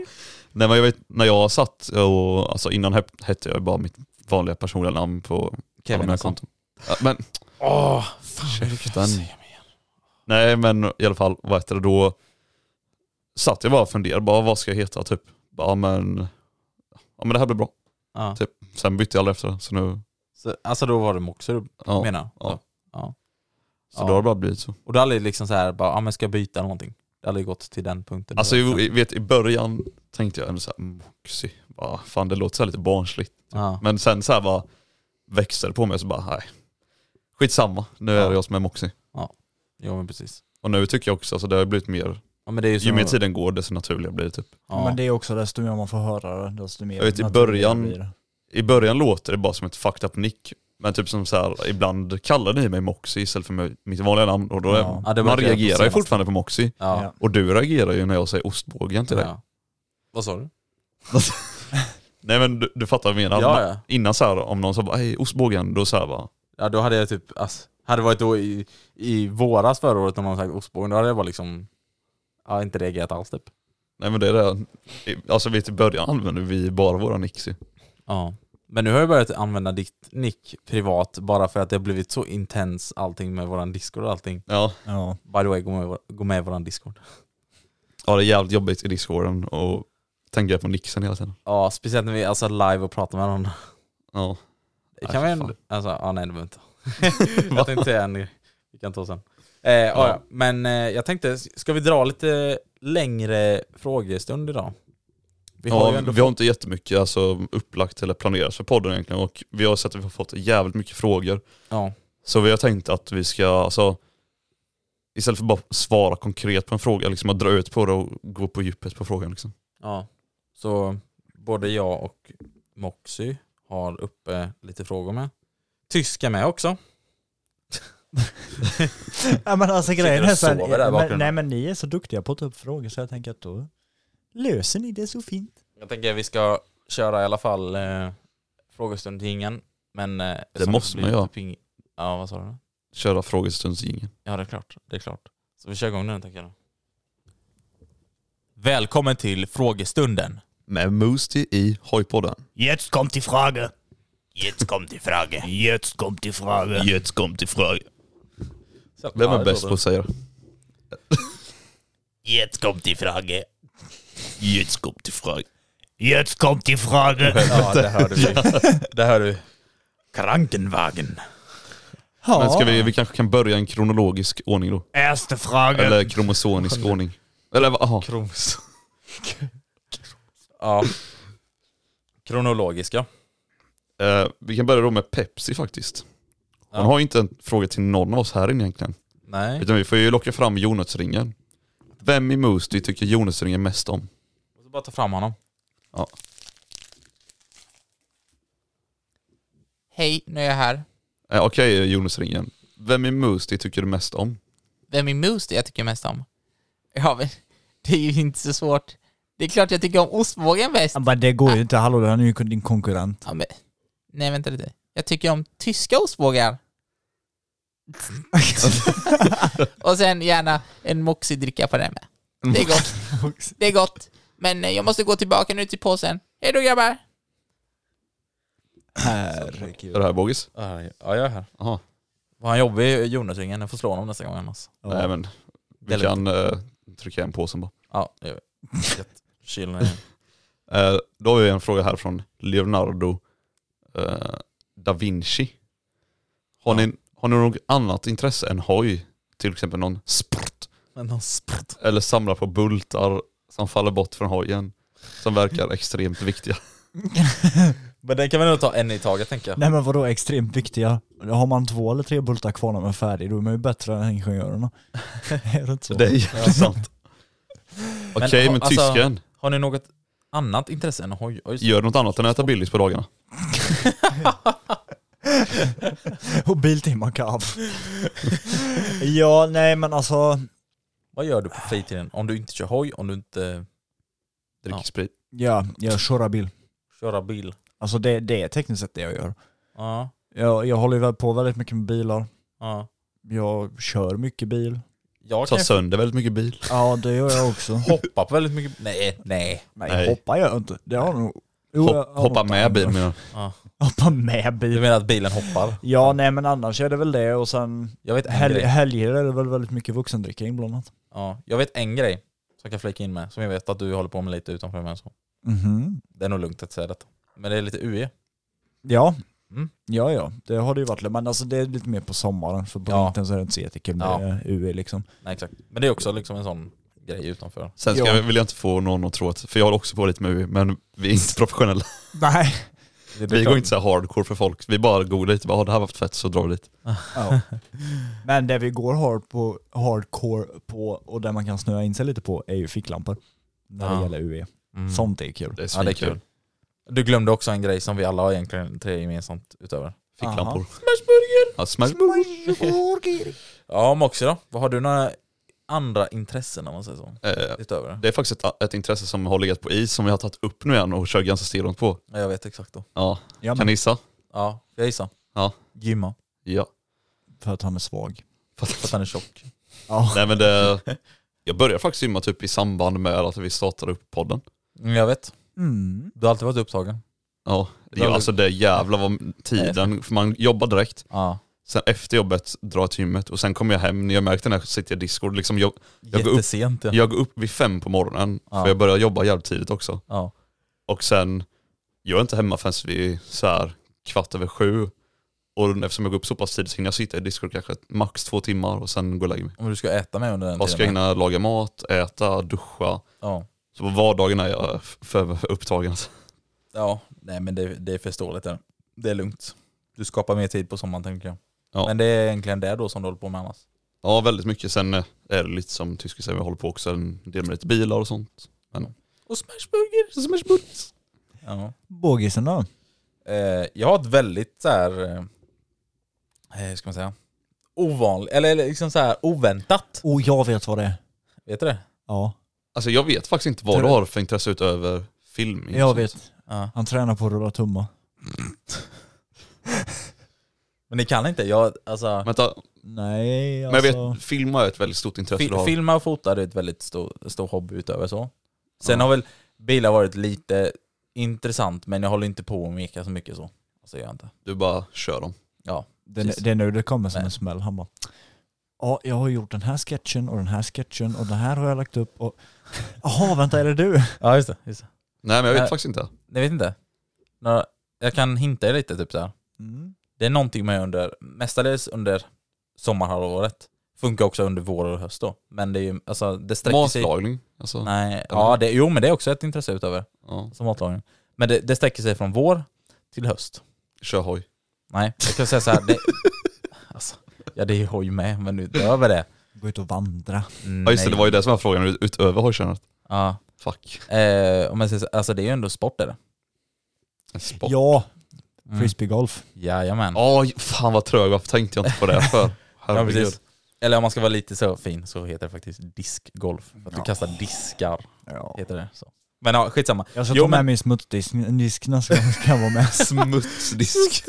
S4: Nej, men jag vet, när jag satt och, alltså innan hep- hette jag bara mitt vanliga personliga namn på alla
S2: Kevin
S4: mina
S2: Nilsson.
S4: konton. Ja, men
S2: Åh, fan vad du kan
S4: Käften.
S2: säga mig igen.
S4: nej men i alla fall, vad heter det då? Satt jag bara och funderade, bara, vad ska jag heta typ? Ja men, ja men det här blir bra.
S2: Ja.
S4: Typ. Sen bytte jag aldrig efter det, så nu,
S2: Så, alltså då var det Moxer du
S4: ja.
S2: menar?
S4: ja.
S2: ja.
S4: Så
S2: Ja.
S4: då har det bara blivit så.
S2: Och du hade aldrig liksom såhär bara, ja men ska jag byta eller någonting? Det hade ju gått till den punkten.
S4: Alltså jo, i- vet, i början tänkte jag ändå såhär, Moxie, bara, fan det låter så här lite barnsligt.
S2: ja.
S4: Men sen så här bara växte det på mig så bara, nej. Skitsamma, nu är
S2: Ja.
S4: det jag som är Moxie.
S2: Jo men precis.
S4: Och nu tycker jag också, alltså det har blivit mer,
S2: Ja, men det är ju
S4: ju
S2: så-
S4: mer tiden går desto naturligare blir typ- det typ.
S2: Ja.
S3: Men det är också desto mer man får höra det, desto mer
S4: Jag
S2: typ
S4: vet, i
S3: naturligt
S4: början-
S3: blir det.
S4: I början låter det bara som ett fucked up nick. Men typ som så här, ibland kallar ni mig Moxie istället för mig- mitt vanliga namn och då är,
S3: Ja.
S2: Ja, det märker
S4: man
S2: jag på
S4: reagerar ju
S2: senaste.
S4: fortfarande på Moxie.
S2: Ja.
S3: Ja.
S4: Och du reagerar ju när jag säger ostbågen till dig.
S2: Ja. Vad sa du?
S4: Nej men du, du fattar vad jag menar.
S2: Ja, ja.
S4: Innan så här, om någon sa bara, hej ostbågen, då så här bara,
S2: Ja då hade jag typ, ass, hade det varit då i, i våras förra året om någon sagt ostbågen, då hade jag bara liksom, ja inte reagerat alls typ.
S4: Nej men det är det. Alltså vet du, i början använde vi bara våra nicks ju.
S2: Ja. Men nu har jag börjat använda ditt nick privat bara för att det har blivit så intens allting med våran discord och allting.
S4: Ja.
S3: Ja.
S2: By the way, gå med, gå med i våran discord.
S4: ja, det är jävligt jobbigt i discorden och tänka på nicksen hela tiden.
S2: Ja, speciellt när vi är alltså live och pratar med någon.
S4: Ja.
S2: Det
S4: Nej,
S2: kan
S4: fy
S2: vi ändå,
S4: fan.
S2: alltså, ja nej det behöver vi [laughs] inte. jag tänkte säga en grej. vi kan ta sen. Eh, ja. ja, men eh, jag tänkte, ska vi dra lite längre frågestund idag? Vi
S4: Vi har,
S2: ju
S4: ja,
S2: ändå
S4: vi har inte jättemycket alltså, upplagt eller planerat för podden egentligen och vi har sett att vi har fått jävligt mycket frågor.
S2: Ja.
S4: Så vi har tänkt att vi ska, alltså, istället för bara svara konkret på en fråga, liksom att dra ut på det och gå på djupet på frågan. Liksom.
S2: Ja, så både jag och Moxy har uppe lite frågor med. Tyska med också.
S3: ja men alltså
S2: Sitter
S3: grejen
S2: och
S3: är så
S2: sover där i
S3: här, men,
S2: bakgrunden.
S3: nej men ni är så duktiga på att ta upp frågor så jag tänker att då löser ni det så fint.
S2: Jag tänker vi ska köra i alla fall eh, frågestundingen. Men, eh, eftersom
S4: måste
S2: blir
S4: man göra.
S2: typ ing- Ja, vad sa du?
S4: Köra frågestundsjingeln.
S2: Ja, det är klart. Det är klart. Så vi kör igång den tänker jag. då. Välkommen till frågestunden.
S4: Med Moostie i Hojpodden.
S5: Jetzt kommt die Frage. Jetzt kommt die Frage. Jetzt kommt die Frage.
S4: Jetzt kommt die Frage. Vem är bäst på att säga det?
S5: Jetzt kommt die Frage. Jetzt kommt die Frage. Jetzt kommt die [laughs] Frage.
S2: Ja, det hörde
S4: [laughs]
S2: vi. det hörde vi. Krankenwagen.
S3: Ja.
S4: Men ska vi, vi kanske kan börja i en kronologisk ordning då?
S5: Erste Frage.
S4: Eller kromosonisk ordning. Eller vad- aha.
S2: Kroms. ja. Kronologiska.
S4: Eh, vi kan börja då med Pepsi faktiskt. Hon har ju inte en fråga till någon av oss här inne egentligen.
S2: Nej.
S4: Utan vi får ju locka fram Jonasringen. Vem i Moosty tycker Jonasringen mest om?
S2: Jag ska bara ta fram honom.
S4: Ja.
S2: Hej, nu är jag här.
S4: Eh, Okej Jonasringen. Vem i Moosty tycker du mest om?
S2: Vem är Moose jag tycker mest om? Ja, men det är ju inte så svårt. Det är klart jag tycker om ostbågen bäst.
S3: Han bara, det går ju inte, hallå han är ju din [laughs] konkurrent.
S2: Ja, men, nej, vänta lite. Jag tycker om tyska ostbågar. Och sen gärna en moxidricka på den med. Det är gott. Det är gott. Men eh, jag måste gå tillbaka nu till påsen. Hej då grabbar!
S3: Herregud.
S4: Är det här Bogis?
S2: Ja, jag är här.
S4: Jaha.
S2: Var han jobbig, Jonatringen? Jag får slå honom nästa gång annars.
S4: Nej men, vi
S2: Eller-
S4: kan eh, trycka en påsen bara.
S2: Ja, det gör vi. Kylen är-
S4: Eh, då har vi en fråga här från Leonardo eh, da Vinci. Har, ni, har ni något annat intresse än hoj? Till exempel någon sport
S2: [laughs] Men de spratt.
S4: eller samlar på bultar som faller bort från hojen. Som verkar extremt viktiga.
S2: Men den kan vi nog ta en i taget tänker jag.
S3: Nej men vadå extremt viktiga? Har man två eller tre bultar kvar när man är färdig, då är man ju bättre än ingenjörerna. [laughs] är det inte så?
S4: Det är jävligt [laughs] sant. Okej, men,
S2: alltså-
S4: tysken.
S2: Har ni något annat intresse än hoj? Oj,
S4: Gör något annat än att äta Billys på dagarna.
S3: Och Biltema Cab. [laughs] ja, nej men alltså,
S2: Vad gör du på fritiden? Om du inte kör hoj, om du inte
S4: Dricker
S2: Ja.
S4: sprit.
S3: ja, jag kör bil.
S2: kör bil?
S3: Alltså det, det är tekniskt sett det jag gör.
S2: Ja,
S3: Jag, jag håller ju väl på väldigt mycket med bilar.
S2: ja.
S3: Jag kör mycket bil.
S2: Jag
S4: Tar
S2: kan
S4: sönder väldigt mycket bil.
S3: Ja, det gör jag också.
S2: hoppa på väldigt mycket. Nej, nej.
S3: nej, [laughs]
S4: Nej.
S3: hoppar jag inte. Det har jag nog... Jo, jag
S4: Hopp,
S3: har
S4: hoppa
S3: nog-
S4: med bil menar jag.
S3: [laughs] Hoppa med
S2: Du
S3: bil.
S2: menar att bilen hoppar?
S3: Ja, nej men annars är det väl det och sen
S2: Jag vet en
S3: hel,
S2: grej.
S3: helger är det väl väldigt mycket vuxendricka inblandat.
S2: Ja, jag vet en grej som jag kan flika in med, som jag vet att du håller på med lite utanför mig. och Så.
S3: Mhm.
S2: Det är nog lugnt att säga detta. Men det är lite UE.
S3: Ja.
S2: Mm.
S3: Ja, ja, det har det ju varit. Men alltså det är lite mer på sommaren för på
S2: Ja.
S3: vintern så är det inte så jättekul med
S2: Ja.
S3: eh, UE liksom.
S2: Nej, exakt. Men det är också liksom en sån grej utanför.
S4: Sen ska,
S3: Ja.
S4: jag- vill jag inte få någon att tro att, för jag håller också på lite med UI, men vi är inte professionella.
S3: Nej.
S2: Det är
S4: Vi
S2: klart-
S4: går inte så här hardcore för folk. Vi bara googlar lite, bara "Ah, det här var fett så drar vi dit.
S3: Ja. [laughs] Men det vi går hard på, hardcore på och där man kan snöa in sig lite på är ju ficklampor. När det
S2: Ja.
S3: gäller UE.
S2: Mm.
S3: Sånt är kul.
S4: Det är
S2: Ja, det är kul. Du glömde också en grej som vi alla har egentligen tre gemensamt utöver.
S4: Ficklampor.
S2: Smashburger!
S4: Ja, smäll.
S2: [laughs] Ja, Moxie då? Vad har du några andra intressen om man säger så?
S4: Eh,
S2: Utöver det?
S4: Det är faktiskt ett, ett intresse som har legat på is som jag har tagit upp nu igen och kör ganska stenhårt på.
S2: Ja, jag vet exakt då.
S4: Ja,
S3: Ja,
S4: kan
S3: men,
S4: ni gissa?
S2: Ja, jag gissar.
S4: Ja.
S2: Gymma.
S4: Ja.
S3: för att han är svag.
S2: För att han är tjock.
S3: Ja.
S4: [laughs] Nej men det, jag började faktiskt gymma typ i samband med att vi startade upp podden.
S2: Mm, jag vet.
S3: Mm.
S2: Du har alltid varit upptagen.
S4: Ja, ja alltså det jävla var tiden, för man jobbar direkt,
S2: Ja.
S4: sen efter jobbet drar jag till gymmet och sen kommer jag hem, när jag märkte den här sitter jag i Discord, liksom jag, Jag går upp-
S2: Jättesent ja.
S4: jag går upp vid fem på morgonen,
S2: Ja.
S4: för jag börjar jobba jävligt tidigt också.
S2: ja.
S4: Och sen, jag är inte hemma förrän vi så här kvart över sju. Och eftersom jag går upp så pass tidigt så hinner jag sitta i Discord kanske max två timmar och sen gå och lägga mig.
S2: Om du ska äta med under den
S4: Jag ska
S2: tiden.
S4: hinna laga mat, äta, duscha.
S2: Ja.
S4: Så på vardagen är jag f- för upptagen. alltså.
S2: ja. Nej men det, det är förståeligt. Det. det är lugnt. Du skapar mer tid på sommaren tänker jag.
S4: Ja.
S2: Men det är egentligen det då som du håller på med annars.
S4: Ja, väldigt mycket. Sen eh, är det lite som tyska säger, vi håller på också en del med lite bilar och sånt.
S2: Och smashburger. Smashburgers. Ja.
S3: Bågisen då?
S2: Eh, jag har ett väldigt så här, eh, eh, ska man säga, ovanligt, eller eller liksom så här oväntat.
S3: Oh, jag vet vad det är.
S2: Vet du det?
S3: Ja,
S4: Alltså jag vet faktiskt inte vad
S3: Tror
S4: du
S3: du?
S4: har för intresse utöver film.
S3: jag vet.
S2: Ja.
S3: Han tränar på att rulla tummar.
S2: Men ni kan inte, jag, alltså,
S4: Vänta,
S3: Nej,
S4: men jag
S3: alltså.
S4: vet, film är ett väldigt stort intresse du
S2: fi-
S4: har.
S2: filma och fota är ett väldigt stor, stor hobby utöver så. Sen har väl bilar varit lite intressant, men jag håller inte på och meka så mycket så. Alltså jag gör inte.
S4: Du bara kör dem.
S2: Ja,
S3: det,
S2: precis.
S3: det är nu det kommer som
S2: Nej.
S3: en smäll. Han bara, ja, jag har gjort den här sketchen och den här sketchen och den här har jag lagt upp och... Jaha, vänta, är det du?
S2: ja just det. Just det.
S4: Nej men jag vet
S2: Nej.
S4: faktiskt inte.
S2: Ni vet inte? Några, jag kan hinta er lite typ så här.
S3: Mm.
S2: Det är någonting man gör under, mestadels under sommarhalvåret. Funkar också under vår och höst då. Men det är ju, alltså det sträcker sig...
S4: Matlagning. Alltså,
S2: Nej, ja det, jo men det är också ett intresse utöver,
S4: ja.
S2: som matlagning. Men det, det sträcker sig från vår till höst.
S4: Kör hoj. [laughs]
S2: Nej, jag kan säga så här. Det, alltså, Ja det har ju med, men utöver det.
S3: Gå ut och vandra.
S4: Ja just
S2: nej.
S4: det, det var ju det som var frågan ut- utöver hojkärnet.
S2: Ja.
S4: Fuck.
S2: Eh, om man säger så, alltså det är ju ändå sport är det.
S4: En sport.
S3: Ja, Mm. frisbeegolf.
S2: Jajamän.
S4: Ja, fan vad trög, varför tänkte jag inte på det för?
S2: [laughs] Ja,
S4: Herregud.
S2: precis. Eller om man ska vara lite så fin så heter det faktiskt diskgolf. För att du kastar diskar,
S3: Ja.
S2: heter det. Så. Men ja, skitsamma.
S3: Jag ska
S2: Jo,
S3: ta med
S2: men-
S3: min smutsdisk disk nästa gång ska jag vara [laughs] med.
S4: Smutsdisk.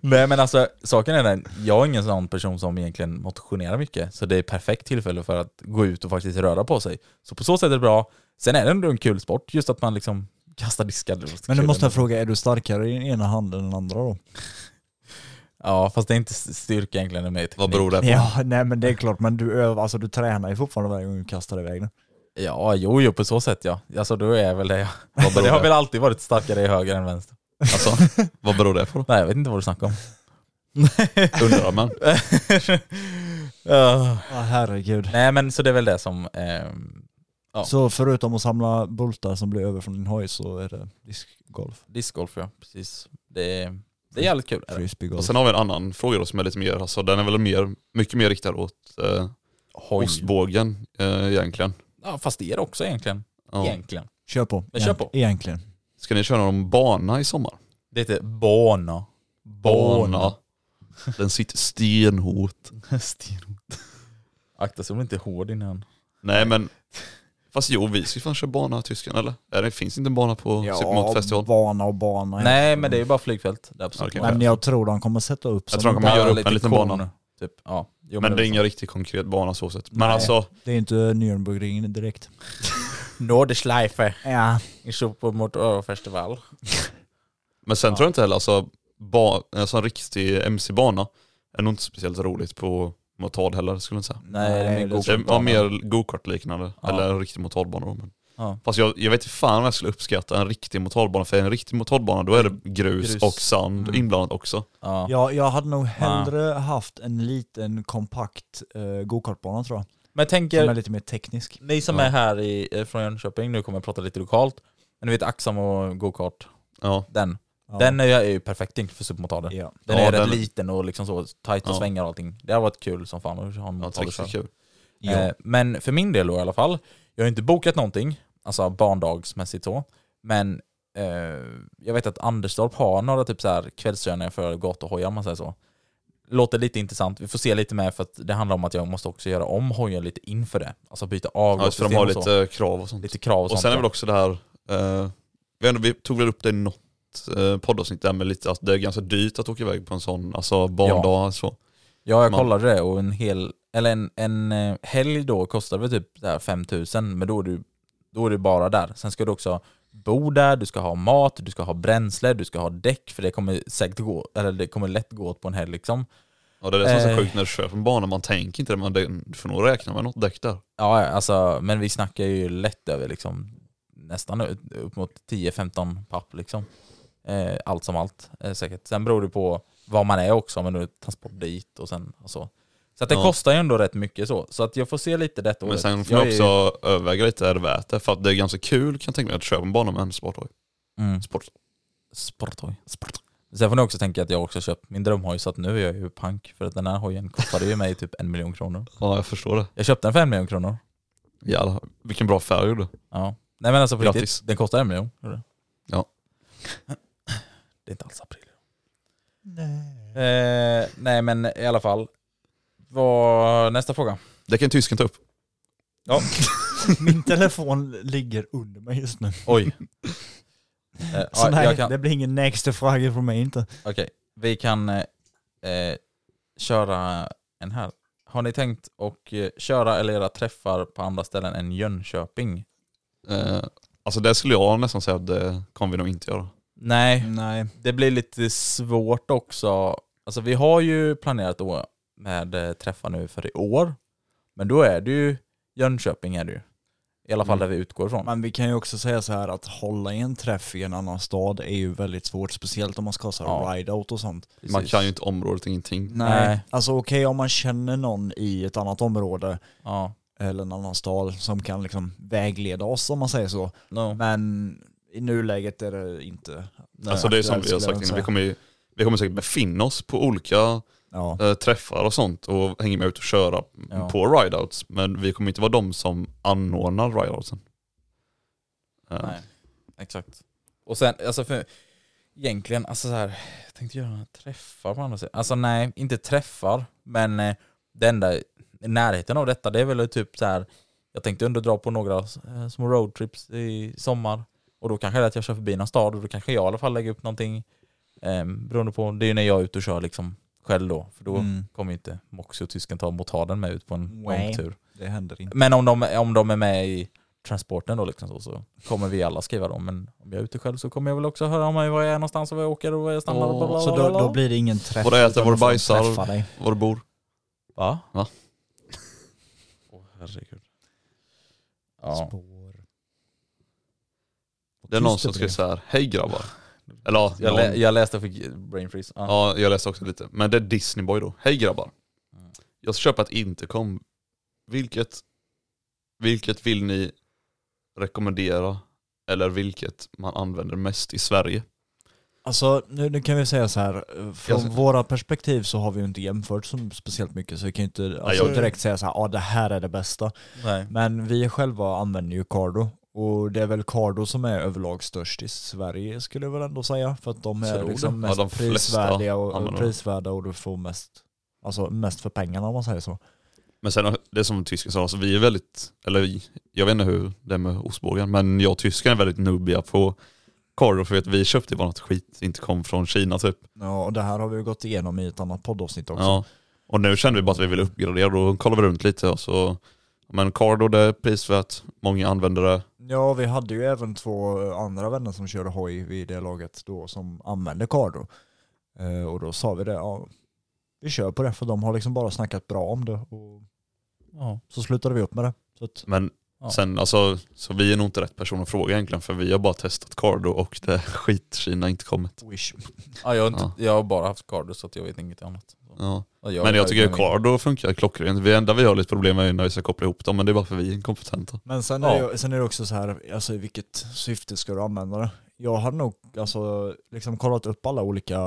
S2: Nej men alltså saken är den, jag är ingen sån person som egentligen motionerar mycket. Så det är perfekt tillfälle för att gå ut och faktiskt röra på sig. Så på så sätt är det bra. Sen är det ändå en kul sport, just att man liksom kastar diskar. det är
S3: Men du
S2: kul
S3: måste jag
S2: ändå.
S3: fråga, är du starkare i ena handen än den andra då?
S2: Ja fast det är inte styrka egentligen, det är mer
S4: Vad
S2: teknik.
S4: beror det på?
S3: Ja, nej men det är klart, men du övar, alltså du tränar ju fortfarande varje gång du kastar iväg den.
S2: Ja, jo, jo på så sätt ja. Alltså då är jag väl det jag. Men [laughs] det har väl alltid varit starkare i höger än vänster.
S4: Alltså, vad beror det på då?
S2: Nej jag vet inte vad du snackar om.
S4: Undrar man.
S2: Ja.
S3: Ja, herregud.
S2: Nej men så det är väl det som, ehm, Ja.
S3: Så förutom att samla bultar som blir över från din hoj så är det diskgolf,
S2: discgolf ja, precis. Det är, det är jävligt kul. Är det?
S4: Och
S3: frisbeegolf.
S4: sen har vi en annan fråga då som är lite mer, alltså den är väl mer, mycket mer riktad åt eh,
S2: Hoj.
S4: ostbågen eh, egentligen.
S2: Ja fast det är det också egentligen.
S4: Ja.
S2: Egentligen.
S3: Kör på.
S2: Men kör på.
S3: Egentligen.
S4: Ska ni köra någon bana i sommar?
S2: Det heter bana. Bana.
S4: Den sitter stenhårt.
S2: [laughs] Stenhårt. Akta så du inte är hård innan.
S4: Nej men, fast jo vi ska fan köra bana i Tyskland eller? Är det, finns inte en bana på Supermot Festival?
S3: bana och bana.
S2: Nej men det är ju bara flygfält. Det är absolut
S4: Okej.
S2: bara.
S3: Men jag tror de kommer sätta upp
S4: Jag
S3: som-
S4: tror de kommer
S2: Bara
S4: göra upp en liten
S2: kon,
S4: bana.
S2: Typ. Ja. Jo,
S4: Men det är
S2: väl
S4: ingen riktigt konkret bana så sett. Men
S3: Nej.
S4: alltså,
S3: Det är inte Nürnbergringen direkt.
S2: så. Norderschleife.
S3: Ja.
S2: I Supermotorfestival.
S4: men sen tror jag inte heller alltså, ba, en sån riktig MC-bana är nog inte speciellt roligt på motard heller skulle jag inte säga.
S2: Nej, det är
S3: Nej,
S2: min
S3: det är
S2: god-
S4: Det var mer go-kart liknande,
S2: Ja.
S4: eller en riktig motardbana då. Men.
S2: Ja.
S4: Fast jag, jag vet inte fan om jag skulle uppskatta en riktig motardbana, för en riktig motardbana då är det grus,
S2: Grus.
S4: och sand
S2: Mm.
S4: inblandat också.
S2: Ja.
S3: Jag, jag hade nog hellre haft en liten kompakt eh, gokartbana tror jag.
S2: Men
S3: Som är
S2: tänker,
S3: lite mer teknisk.
S2: ni som
S4: Ja.
S2: är här i, eh, från Jönköping, nu kommer jag prata lite lokalt. Men ni vet Axam och gokart,
S4: Ja.
S2: den.
S3: Ja.
S2: Den är ju är ju perfekt egentligen för supermotarder.
S3: Ja.
S2: Den
S4: Ja,
S2: är rätt
S4: den-
S2: liten och liksom så tajta
S4: Ja.
S2: svängar och allting. Det har varit kul som fan att ha en
S4: Ja, det
S2: motarder
S4: är riktigt
S2: så.
S4: kul.
S2: Eh, Men för min del då i alla fall, jag har inte bokat någonting, alltså barndagsmässigt så. Men eh, jag vet att Anderstorp har några typ så här kvällskörningar för gatuhojar om man säger så. Låter lite intressant, vi får se lite mer för att det handlar om att jag måste också göra om hojen lite inför det. Alltså byta
S4: Ja, just för de
S2: avgassystem och
S4: har
S2: så.
S4: lite eh, krav och sånt.
S2: Lite krav och,
S4: och
S2: sånt.
S4: sen är
S2: ja.
S4: väl också det här, eh, vi, ändå, vi tog väl upp det i något eh, poddavsnitt där med lite att det är ganska dyrt att åka iväg på en sån, alltså barndag och så.
S2: Ja, jag
S4: Man-
S2: kollade det och en hel, eller en, en eh, helg då kostar väl typ där 5000 men då är, du, då är du bara där. Sen ska du också bo där, du ska ha mat, du ska ha bränsle, du ska ha däck för det kommer säkert gå, eller det kommer lätt gå åt på en helg liksom.
S4: Ja det är det som är
S2: Eh.
S4: så sjukt när du köper en bana, man tänker inte det, men det- du får nog räkna med något däck där.
S2: Ja, ja, alltså, men vi snackar ju lätt över liksom nästan ut- upp mot 10-15 papp liksom. Eh, allt som allt eh, säkert. Sen beror det på var man är också, men nu transport dit och sen och så. Så att det
S4: Ja.
S2: kostar ju ändå rätt mycket så. Så att jag får se lite detta
S4: Men
S2: året.
S4: sen får
S2: Jag
S4: man
S2: är ju-
S4: också överväga lite, är det värt det? För att det är ganska kul kan jag tänka mig att köpa en bana med en sporthoj.
S2: Mm.
S4: Sport.
S2: Sporthoj. Sen får ni också tänka att jag också köpt min drömhoj så att nu är jag ju pank för att den här hojen kostade ju mig typ en miljon kronor.
S4: Ja jag förstår det.
S2: Jag köpte den för en miljon kronor.
S4: Jävlar, vilken bra färg du gjorde.
S2: Ja. Nej men alltså på
S4: Grattis.
S2: riktigt, den kostar en miljon. gjorde den.
S4: Ja.
S2: Det är inte alls april. Nej. Eh, nej men i alla fall. Vad, nästa fråga.
S4: Det kan tysken ta upp.
S2: Ja.
S3: [laughs] Min telefon ligger under mig just nu.
S2: Oj. Eh,
S3: Så
S2: ja,
S3: nej,
S2: jag kan,
S3: det blir ingen nästa fråga från mig inte.
S2: Okej, vi kan eh, eh, köra en här. Har ni tänkt och eh, köra eller era träffar på andra ställen än Jönköping?
S4: Eh, alltså det skulle jag nästan säga att det kommer vi nog inte göra.
S2: Nej,
S3: Nej.
S2: det blir lite svårt också. Alltså vi har ju planerat då med eh, träffar nu för i år. Men då är det ju Jönköping är det ju. I alla fall
S3: Mm.
S2: där vi utgår ifrån.
S3: Men vi kan ju också säga så här att hålla i en träff i en annan stad är ju väldigt svårt, speciellt om man ska ha så här
S2: Ja.
S3: ride-out och sånt.
S4: Man
S2: Precis.
S4: kan ju inte området, ingenting.
S2: Nej.
S3: Alltså okej om man känner någon i ett annat område
S2: Ja.
S3: eller en annan stad som kan liksom vägleda oss om man säger så.
S2: No.
S3: Men i nuläget är det inte.
S4: alltså det är som vi har
S3: aktuellt, skulle
S4: sagt innan, vi
S3: jag
S4: kommer, ju, vi kommer säkert befinna oss på olika
S3: Ja.
S4: eh, träffar och sånt och hänger med ut och köra
S3: Ja.
S4: på rideouts. Men vi kommer inte vara de som anordnar rideoutsen. Eh,
S2: Nej. Exakt. Och sen, alltså för egentligen, alltså så här, jag tänkte göra några träffar på andra sidan. Alltså nej, inte träffar, men eh, det enda, i närheten av detta, det är väl typ så här, jag tänkte ändå dra på några eh, små roadtrips i sommar. Och då kanske det är att jag kör förbi någon stad och då kanske jag i alla fall lägger upp någonting. Eh, beroende på, det är ju när jag är ute och kör liksom själv då. För då
S3: Mm.
S2: kommer ju inte Moxie och tysken ta motarden med ut på en
S3: Nej.
S2: lång tur.
S3: Det händer inte.
S2: Men om de, om de är med i transporten då liksom så, så kommer vi alla skriva dem. Men om jag är ute själv så kommer jag väl också höra om mig, var jag är någonstans och var jag åker och var jag stannar.
S4: Åh,
S2: Oh,
S3: Så då, då blir det ingen träff.
S4: Vad du äter,
S3: utan
S4: vad du
S3: de får
S4: bajsar.
S3: träffa dig.
S4: Var du bor.
S2: Va?
S4: Va?
S2: [laughs] Åh herregud. Ja.
S3: Spår.
S4: Det är någon som skrev så här, hej grabbar. Eller ja,
S2: Jag,
S4: jag,
S2: lä- jag läste för brain freeze. Ja.
S4: ja, Mm. jag läste också lite. Men det är Disneyboy då. Hej grabbar. Jag ska köpa ett intercom. Vilket, vilket vill ni rekommendera? Eller vilket man använder mest i Sverige?
S3: Alltså nu, nu kan vi säga så här, eh, från
S4: Jag-
S3: våra perspektiv så har vi ju inte jämfört så speciellt mycket så vi kan ju inte alltså,
S4: jag-
S3: direkt säga så här, ja ah, det här är det bästa.
S2: Nej.
S3: Men vi själva använder ju Cardo och det är väl Cardo som är överlag störst i Sverige skulle jag väl ändå säga för att de är
S2: Tror
S3: liksom
S4: det. Ja,
S3: mest
S4: de flesta
S3: prisvärdiga och, och
S4: använder
S3: prisvärda och du får mest, alltså mest för pengarna om man säger så.
S4: Men sen det som tysken sa, alltså, vi är väldigt, eller vi, jag vet inte hur det är med ostbågen, men jag och tysken är väldigt nubbiga på korv för att vi köpte bara något skit, inte kom från Kina typ.
S3: Ja, och det här har vi ju gått igenom i ett annat poddavsnitt också.
S4: Ja. Och nu kände vi bara att vi ville uppgradera och då kollade vi runt lite och så, men Cardo det är prisvärt, många använder det.
S3: Ja, vi hade ju även två andra vänner som körde hoj vid det laget då som använde Cardo. Eh, och då sa vi det, ja, vi kör på det för de har liksom bara snackat bra om det. Och
S2: Ja.
S3: så slutade vi upp med det. Så att,
S4: Men
S2: Ja.
S4: sen alltså, så vi är nog inte rätt person att fråga egentligen för vi har bara testat Cardo och det [laughs] är skit Kina inte kommit.
S3: wish.
S2: Ja, jag, har inte,
S4: Ja.
S2: jag har bara haft cardio så att jag vet inget annat.
S4: Ja.
S2: Och
S4: men jag
S2: är
S4: tycker
S2: nöjd
S4: att
S2: med
S4: Cardo funkar klockrent. Det enda vi har lite problem med är när vi ska koppla ihop dem men det är bara för vi är inkompetenta.
S3: Men sen, är det, ju- sen är det också så här, alltså i vilket syfte ska du använda det? Jag har nog alltså, liksom kollat upp alla olika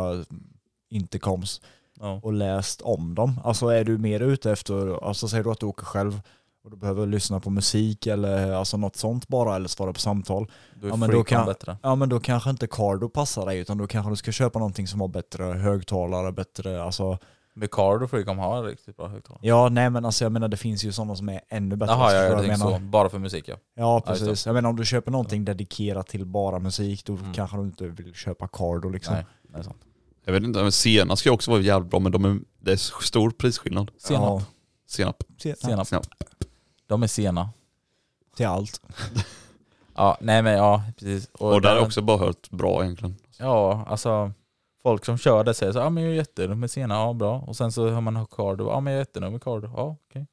S3: intercoms
S2: min. Ja.
S3: och läst om dem. Alltså är du mer ute efter, alltså säger du att du åker själv och du behöver lyssna på musik eller alltså något sånt bara eller svara på samtal.
S2: Då är ja,
S3: Ja, men
S2: men
S3: då kan-
S2: bättre.
S3: Ja men då kanske inte Cardo passar dig utan då kanske du ska köpa någonting som har bättre högtalare, bättre alltså.
S2: Med cardio freecom har jag riktigt bra högtalare.
S3: Ja nej men alltså jag menar det finns ju sådana som är ännu bättre.
S2: Jaha,
S3: Alltså,
S2: jag,
S3: förstår
S2: jag
S3: du vad
S2: tänker så. Bara för musik ja.
S3: Ja
S2: Ja, just det.
S3: precis. Jag menar om du köper någonting dedikerat till bara musik då
S2: Mm.
S3: kanske du inte vill köpa Cardo liksom.
S2: Nej, det är sant.
S4: Jag vet inte, men Sena ska ju också vara jävligt bra men de är, det är stor prisskillnad.
S2: Senap.
S4: Senap.
S3: Ja, senap.
S2: Senap.
S4: Senap.
S2: De är sena.
S3: Till allt.
S2: Ja, nej men ja, precis.
S4: Och där har
S2: där-
S4: jag också bara hört bra egentligen.
S2: Ja, alltså folk som kör det säger så ja men jag är jättenöjd med sena, ja bra. Och sen så hör man Ricardo, ja men jag är jättenöjd med Ricardo, ja okej.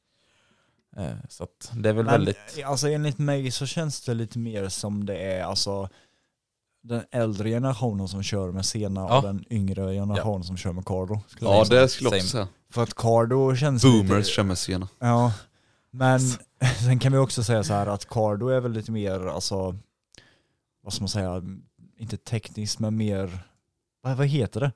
S2: Eh, Så att det är väl väldigt,
S3: Men, alltså enligt mig så känns det lite mer som det är alltså den äldre generationen som kör med Sena
S2: Ja.
S3: och den yngre generationen som kör med Cardo. skulle
S4: Ja
S3: jag säga.
S4: det skulle jag också säga.
S3: För att Cardo känns
S4: Boomers
S3: lite...
S4: kör med Sena.
S3: Ja.
S2: [laughs]
S3: Men [laughs] sen kan vi också säga så här att Cardo är väl lite mer, alltså, vad ska man säga, inte tekniskt men mer, vad, vad heter det?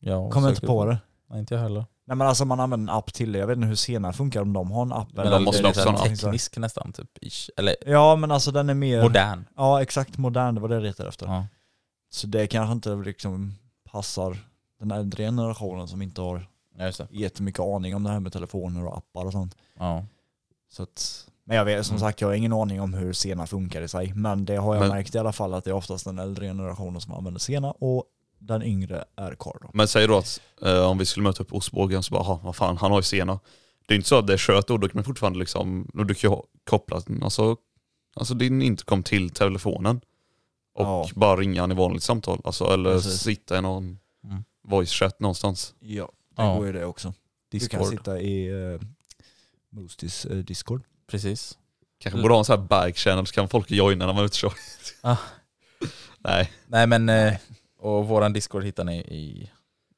S2: ja,
S3: Kommer
S2: säkert-
S3: inte på det.
S2: Nej inte jag heller.
S3: Nej men alltså man använder en app till det, jag vet inte hur Sena funkar om de har en app.
S2: Men
S3: eller-
S2: de måste
S4: det är
S2: också
S4: en
S2: ha
S4: app.
S2: teknisk nästan typ, ish. eller
S3: Ja men alltså den är mer,
S2: modern.
S3: ja exakt modern, det var det jag letade efter.
S2: Ja.
S3: Så det kanske inte liksom passar den äldre generationen som inte har
S2: Ja, just det.
S3: jättemycket aning om det här med telefoner och appar och sånt.
S2: Ja.
S3: Så att, men jag vet, som
S2: Mm.
S3: sagt jag har ingen aning om hur Sena funkar i sig. Men det har jag
S4: Men-
S3: märkt i alla fall att det är oftast den äldre generationen som använder Sena och den yngre är Cardo.
S4: Men säg då att eh, om vi skulle möta upp ostbågen så bara, "Aha, vad fan han har ju Sena. Det är inte så att det är kört då, då kan man fortfarande liksom, och du kan ju ha- koppla, alltså, alltså din intercom till telefonen. Och
S3: Ja.
S4: bara ringa han i vanligt samtal, alltså, eller
S3: Precis.
S4: sitta i någon
S2: Mm.
S4: voice chat någonstans.
S3: Ja, det
S2: Ja.
S3: går ju det också. Du kan
S2: Discord,
S3: sitta i uh, Moostis eh, Discord.
S2: precis.
S4: Kanske
S2: Mm.
S4: borde ha en sån här bike channel så kan folk joina när man är ute och kör.
S2: Ah.
S4: Nej,
S2: Nej men, eh, och våran Discord hittar ni i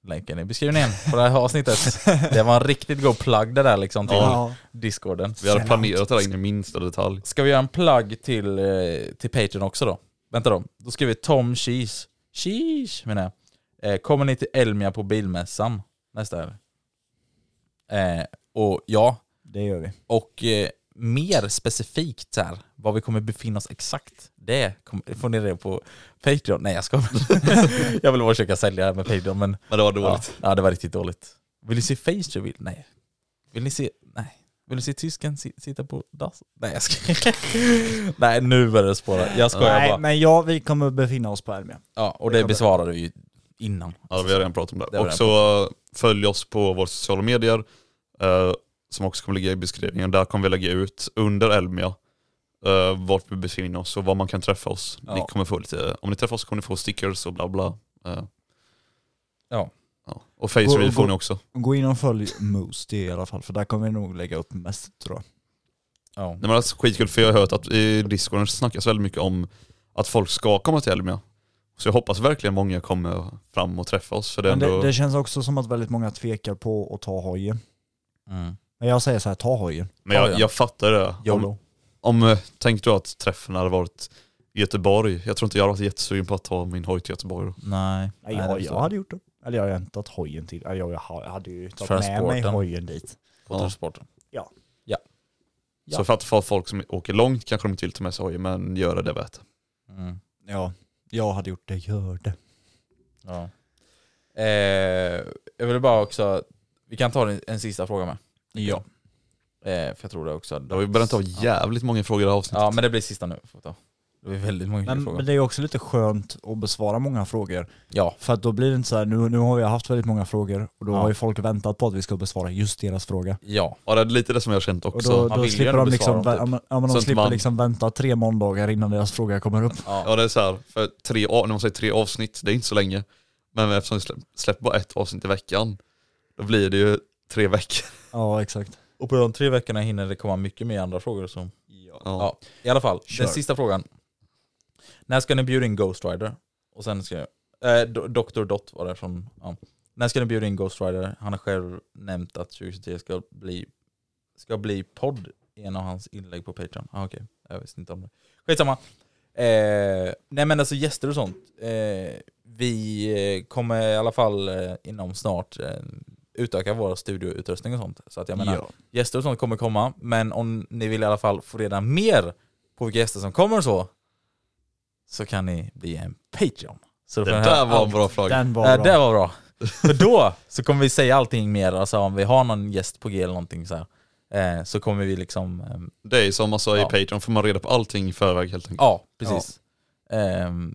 S2: länken i beskrivningen på det här
S3: [laughs]
S2: avsnittet. Det var en riktigt god plugg det där liksom till
S3: Ja.
S2: Discorden.
S4: vi hade
S3: Sen
S4: planerat det där in i minsta detalj.
S2: Ska vi göra en plugg till, eh, till Patreon också då? Vänta då. Då skriver Tom Cheese. Cheese menar jag. Eh, Kommer ni till Elmia på bilmässan? nästa över. Eh, och ja,
S3: Det gör vi.
S2: och eh, mer specifikt så här, var vi kommer befinna oss exakt, det kom, får ni reda på Patreon. Nej jag ska [laughs] Jag vill bara försöka sälja det här med Patreon men
S4: Men det var
S2: ja,
S4: dåligt.
S2: ja, det var riktigt dåligt. Vill ni se Face Reveal? Nej. Vill ni se, nej. Vill ni se tysken si, sitta på dass? Nej jag ska [laughs] Nej nu börjar det spåra. Jag skojar
S3: Nej,
S2: bara.
S3: men ja, vi kommer befinna oss på Elmia.
S2: Ja, och det besvarade vi ju innan.
S4: Ja, vi har redan pratat om det.
S2: Det har vi
S4: och så eh, följ oss på våra sociala medier, eh, som också kommer ligga i beskrivningen. Där kommer vi lägga ut under Elmia, eh, vart vi befinner oss och var man kan träffa oss. Ni
S2: Ja.
S4: kommer få lite, om ni träffar oss kommer ni få stickers och bla bla. Eh,
S2: Ja.
S4: ja. Och face
S3: Och- och-
S4: reveal får ni också.
S3: Gå in och följ Moose det i alla fall, för där kommer vi nog lägga upp mest tror jag.
S2: Ja.
S4: Nej, men alltså, skitkul för jag har hört att i discorden snackas väldigt mycket om att folk ska komma till Elmia. Så jag hoppas verkligen många kommer fram och träffa oss. För det är
S3: Men
S4: ändå...
S3: det, det känns också som att väldigt många tvekar på att ta hojen.
S2: Mm.
S3: Men jag säger så här, ta hojen.
S4: Men
S2: Ja, ja.
S4: jag, jag fattar det. Om,
S2: YOLO.
S4: om, eh, tänk då att träffen hade varit i Göteborg. Jag tror inte jag hade varit jättesugen på att ta min hoj till Göteborg då.
S2: Nej.
S3: Nej,
S2: det
S3: jag,
S2: förstår
S3: jag hade gjort det. Eller jag hade inte tagit hojen till. eller Jag, jag ha- hade ju tagit med mig
S2: Transporten.
S3: hojen dit.
S2: På
S4: Ja.
S2: transporten.
S3: Ja.
S2: Ja. Ja.
S4: Så för att få folk som åker långt kanske de inte vill ta med sig hojen, men göra det värt det.
S2: Mm.
S3: Ja, jag hade gjort det. Gör det.
S2: Ja. Eh, jag ville bara också, vi kan ta en, en sista fråga med. Ja. Eh, för jag tror det också.
S4: Då har vi börjat ta jävligt många frågor i det här avsnittet.
S2: Ja men det blir sista nu. Får vi ta. Det blir väldigt många
S3: Men,
S2: frågor.
S3: men det är ju också lite skönt att besvara många frågor.
S2: Ja.
S3: För att då blir det inte så här, nu, nu har vi haft väldigt många frågor och då
S2: Ja.
S3: har ju folk väntat på att vi ska besvara just deras fråga.
S2: Ja.
S4: Ja, det är lite det som jag har känt
S3: Och
S4: också.
S2: man
S3: då, då
S2: vill ju
S3: slipper
S2: ändå
S3: de, liksom,
S2: besvara
S3: vä-
S2: dem,
S3: ja,
S2: typ.
S3: men, ja, men
S4: Så
S3: de
S4: att
S3: slipper
S4: man-
S3: liksom vänta tre måndagar innan deras fråga kommer upp.
S2: typ.
S4: Ja det är så här, för tre, av- när man säger tre avsnitt, det är inte så länge. Men eftersom vi släpp- släpper bara ett avsnitt i veckan, då blir det ju tre veckor.
S3: Ja, exakt.
S2: Och på de tre veckorna hinner det komma mycket mer andra frågor. Så.
S4: Ja.
S2: Ja. I alla fall,
S3: Kör.
S2: den sista frågan. När ska ni bjuda in Ghost Rider? Och sen ska jag, eh, Do- Dr. Dot var det från, ja. När ska ni bjuda in Ghost Rider? Han har själv nämnt att 2023 ska bli, ska bli podd i en av hans inlägg på Patreon. Ah, okej, jag visste inte om det. Skitsamma. Eh, nej men alltså gäster och sånt. Eh, vi eh, kommer i alla fall eh, inom snart eh, utöka vår studioutrustning och sånt. Så att jag menar,
S3: Ja.
S2: gäster och sånt kommer komma. Men om ni vill i alla fall få reda mer på vilka gäster som kommer och så, så kan ni bli en Patreon. Så då
S4: Det
S2: får ni höra
S4: där var en
S2: allt.
S4: bra fråga.
S3: Den var
S2: Ja,
S3: bra.
S2: Äh, det var bra. För då så kommer vi säga allting mer, alltså om vi har någon gäst på G eller någonting så här. Eh, så kommer vi liksom, ehm,
S4: Det är som man sa i
S2: Ja.
S4: Patreon, får man reda på allting i förväg helt enkelt.
S2: ja precis. Ehm,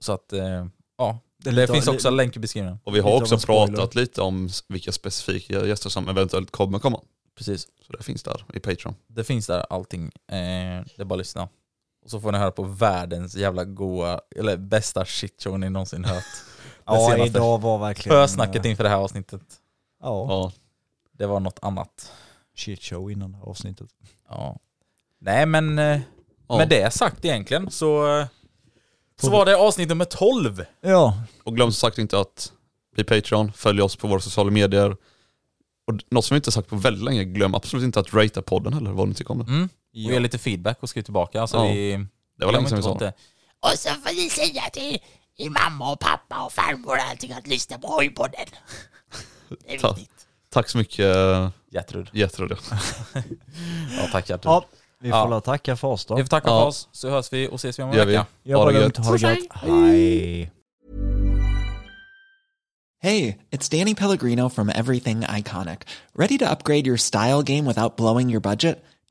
S2: så att, eh, ja. Det,
S3: lite-
S2: finns
S3: li-
S2: också länk i beskrivningen.
S4: Och vi har
S3: Lite av
S4: också
S3: en spoiler.
S4: pratat lite om s- vilka specifika gäster som eventuellt kommer komma.
S2: Precis.
S4: Så det finns där i Patreon.
S2: Det finns där allting. Eh, det är bara att lyssna. Och så får ni höra på världens jävla goa, eller bästa shitshow ni någonsin
S4: [laughs]
S2: hört.
S3: Ja,
S2: senaste.
S3: idag var verkligen... eh,
S2: Försnacket inför det här avsnittet.
S3: Ja,
S4: Ja.
S2: Det var något annat.
S3: shit show innan det här avsnittet.
S2: Ja. Nej men eh,
S4: Ja.
S2: med det sagt egentligen så, eh, så
S3: Får
S2: var det avsnitt nummer 12.
S3: Ja,
S2: Typ.
S4: Och glöm som sagt inte att bli Patreon, följ oss på våra sociala medier. Och d- något som vi inte sagt på väldigt länge, glöm absolut inte att ratea podden heller, vad ni tycker om det.
S2: Mm. Och ge lite feedback och skriv tillbaka. Alltså,
S4: Ja.
S2: vi,
S4: Det var länge sedan vi sa det.
S2: det.
S5: Och så får ni säga till till mamma och pappa och farmor och allting att lyssna på hojpodden. Det är
S4: Ta-
S5: viktigt.
S4: Tack så mycket eh,
S2: Gertrud.
S4: Gertrud.
S2: Ja, tack Gertrud.
S3: ja vi får
S2: Ja.
S3: väl tacka för oss då.
S2: Vi får tacka
S4: Ja.
S2: för oss, så hörs vi och ses vi om en
S4: Gör vi.
S2: vecka.
S3: Jobba
S4: Ha det
S3: lugnt,
S4: gött.
S3: ha det gött. Hej.
S6: Hey, it's Danny Pellegrino from Everything Iconic. Ready to upgrade your style game without blowing your budget?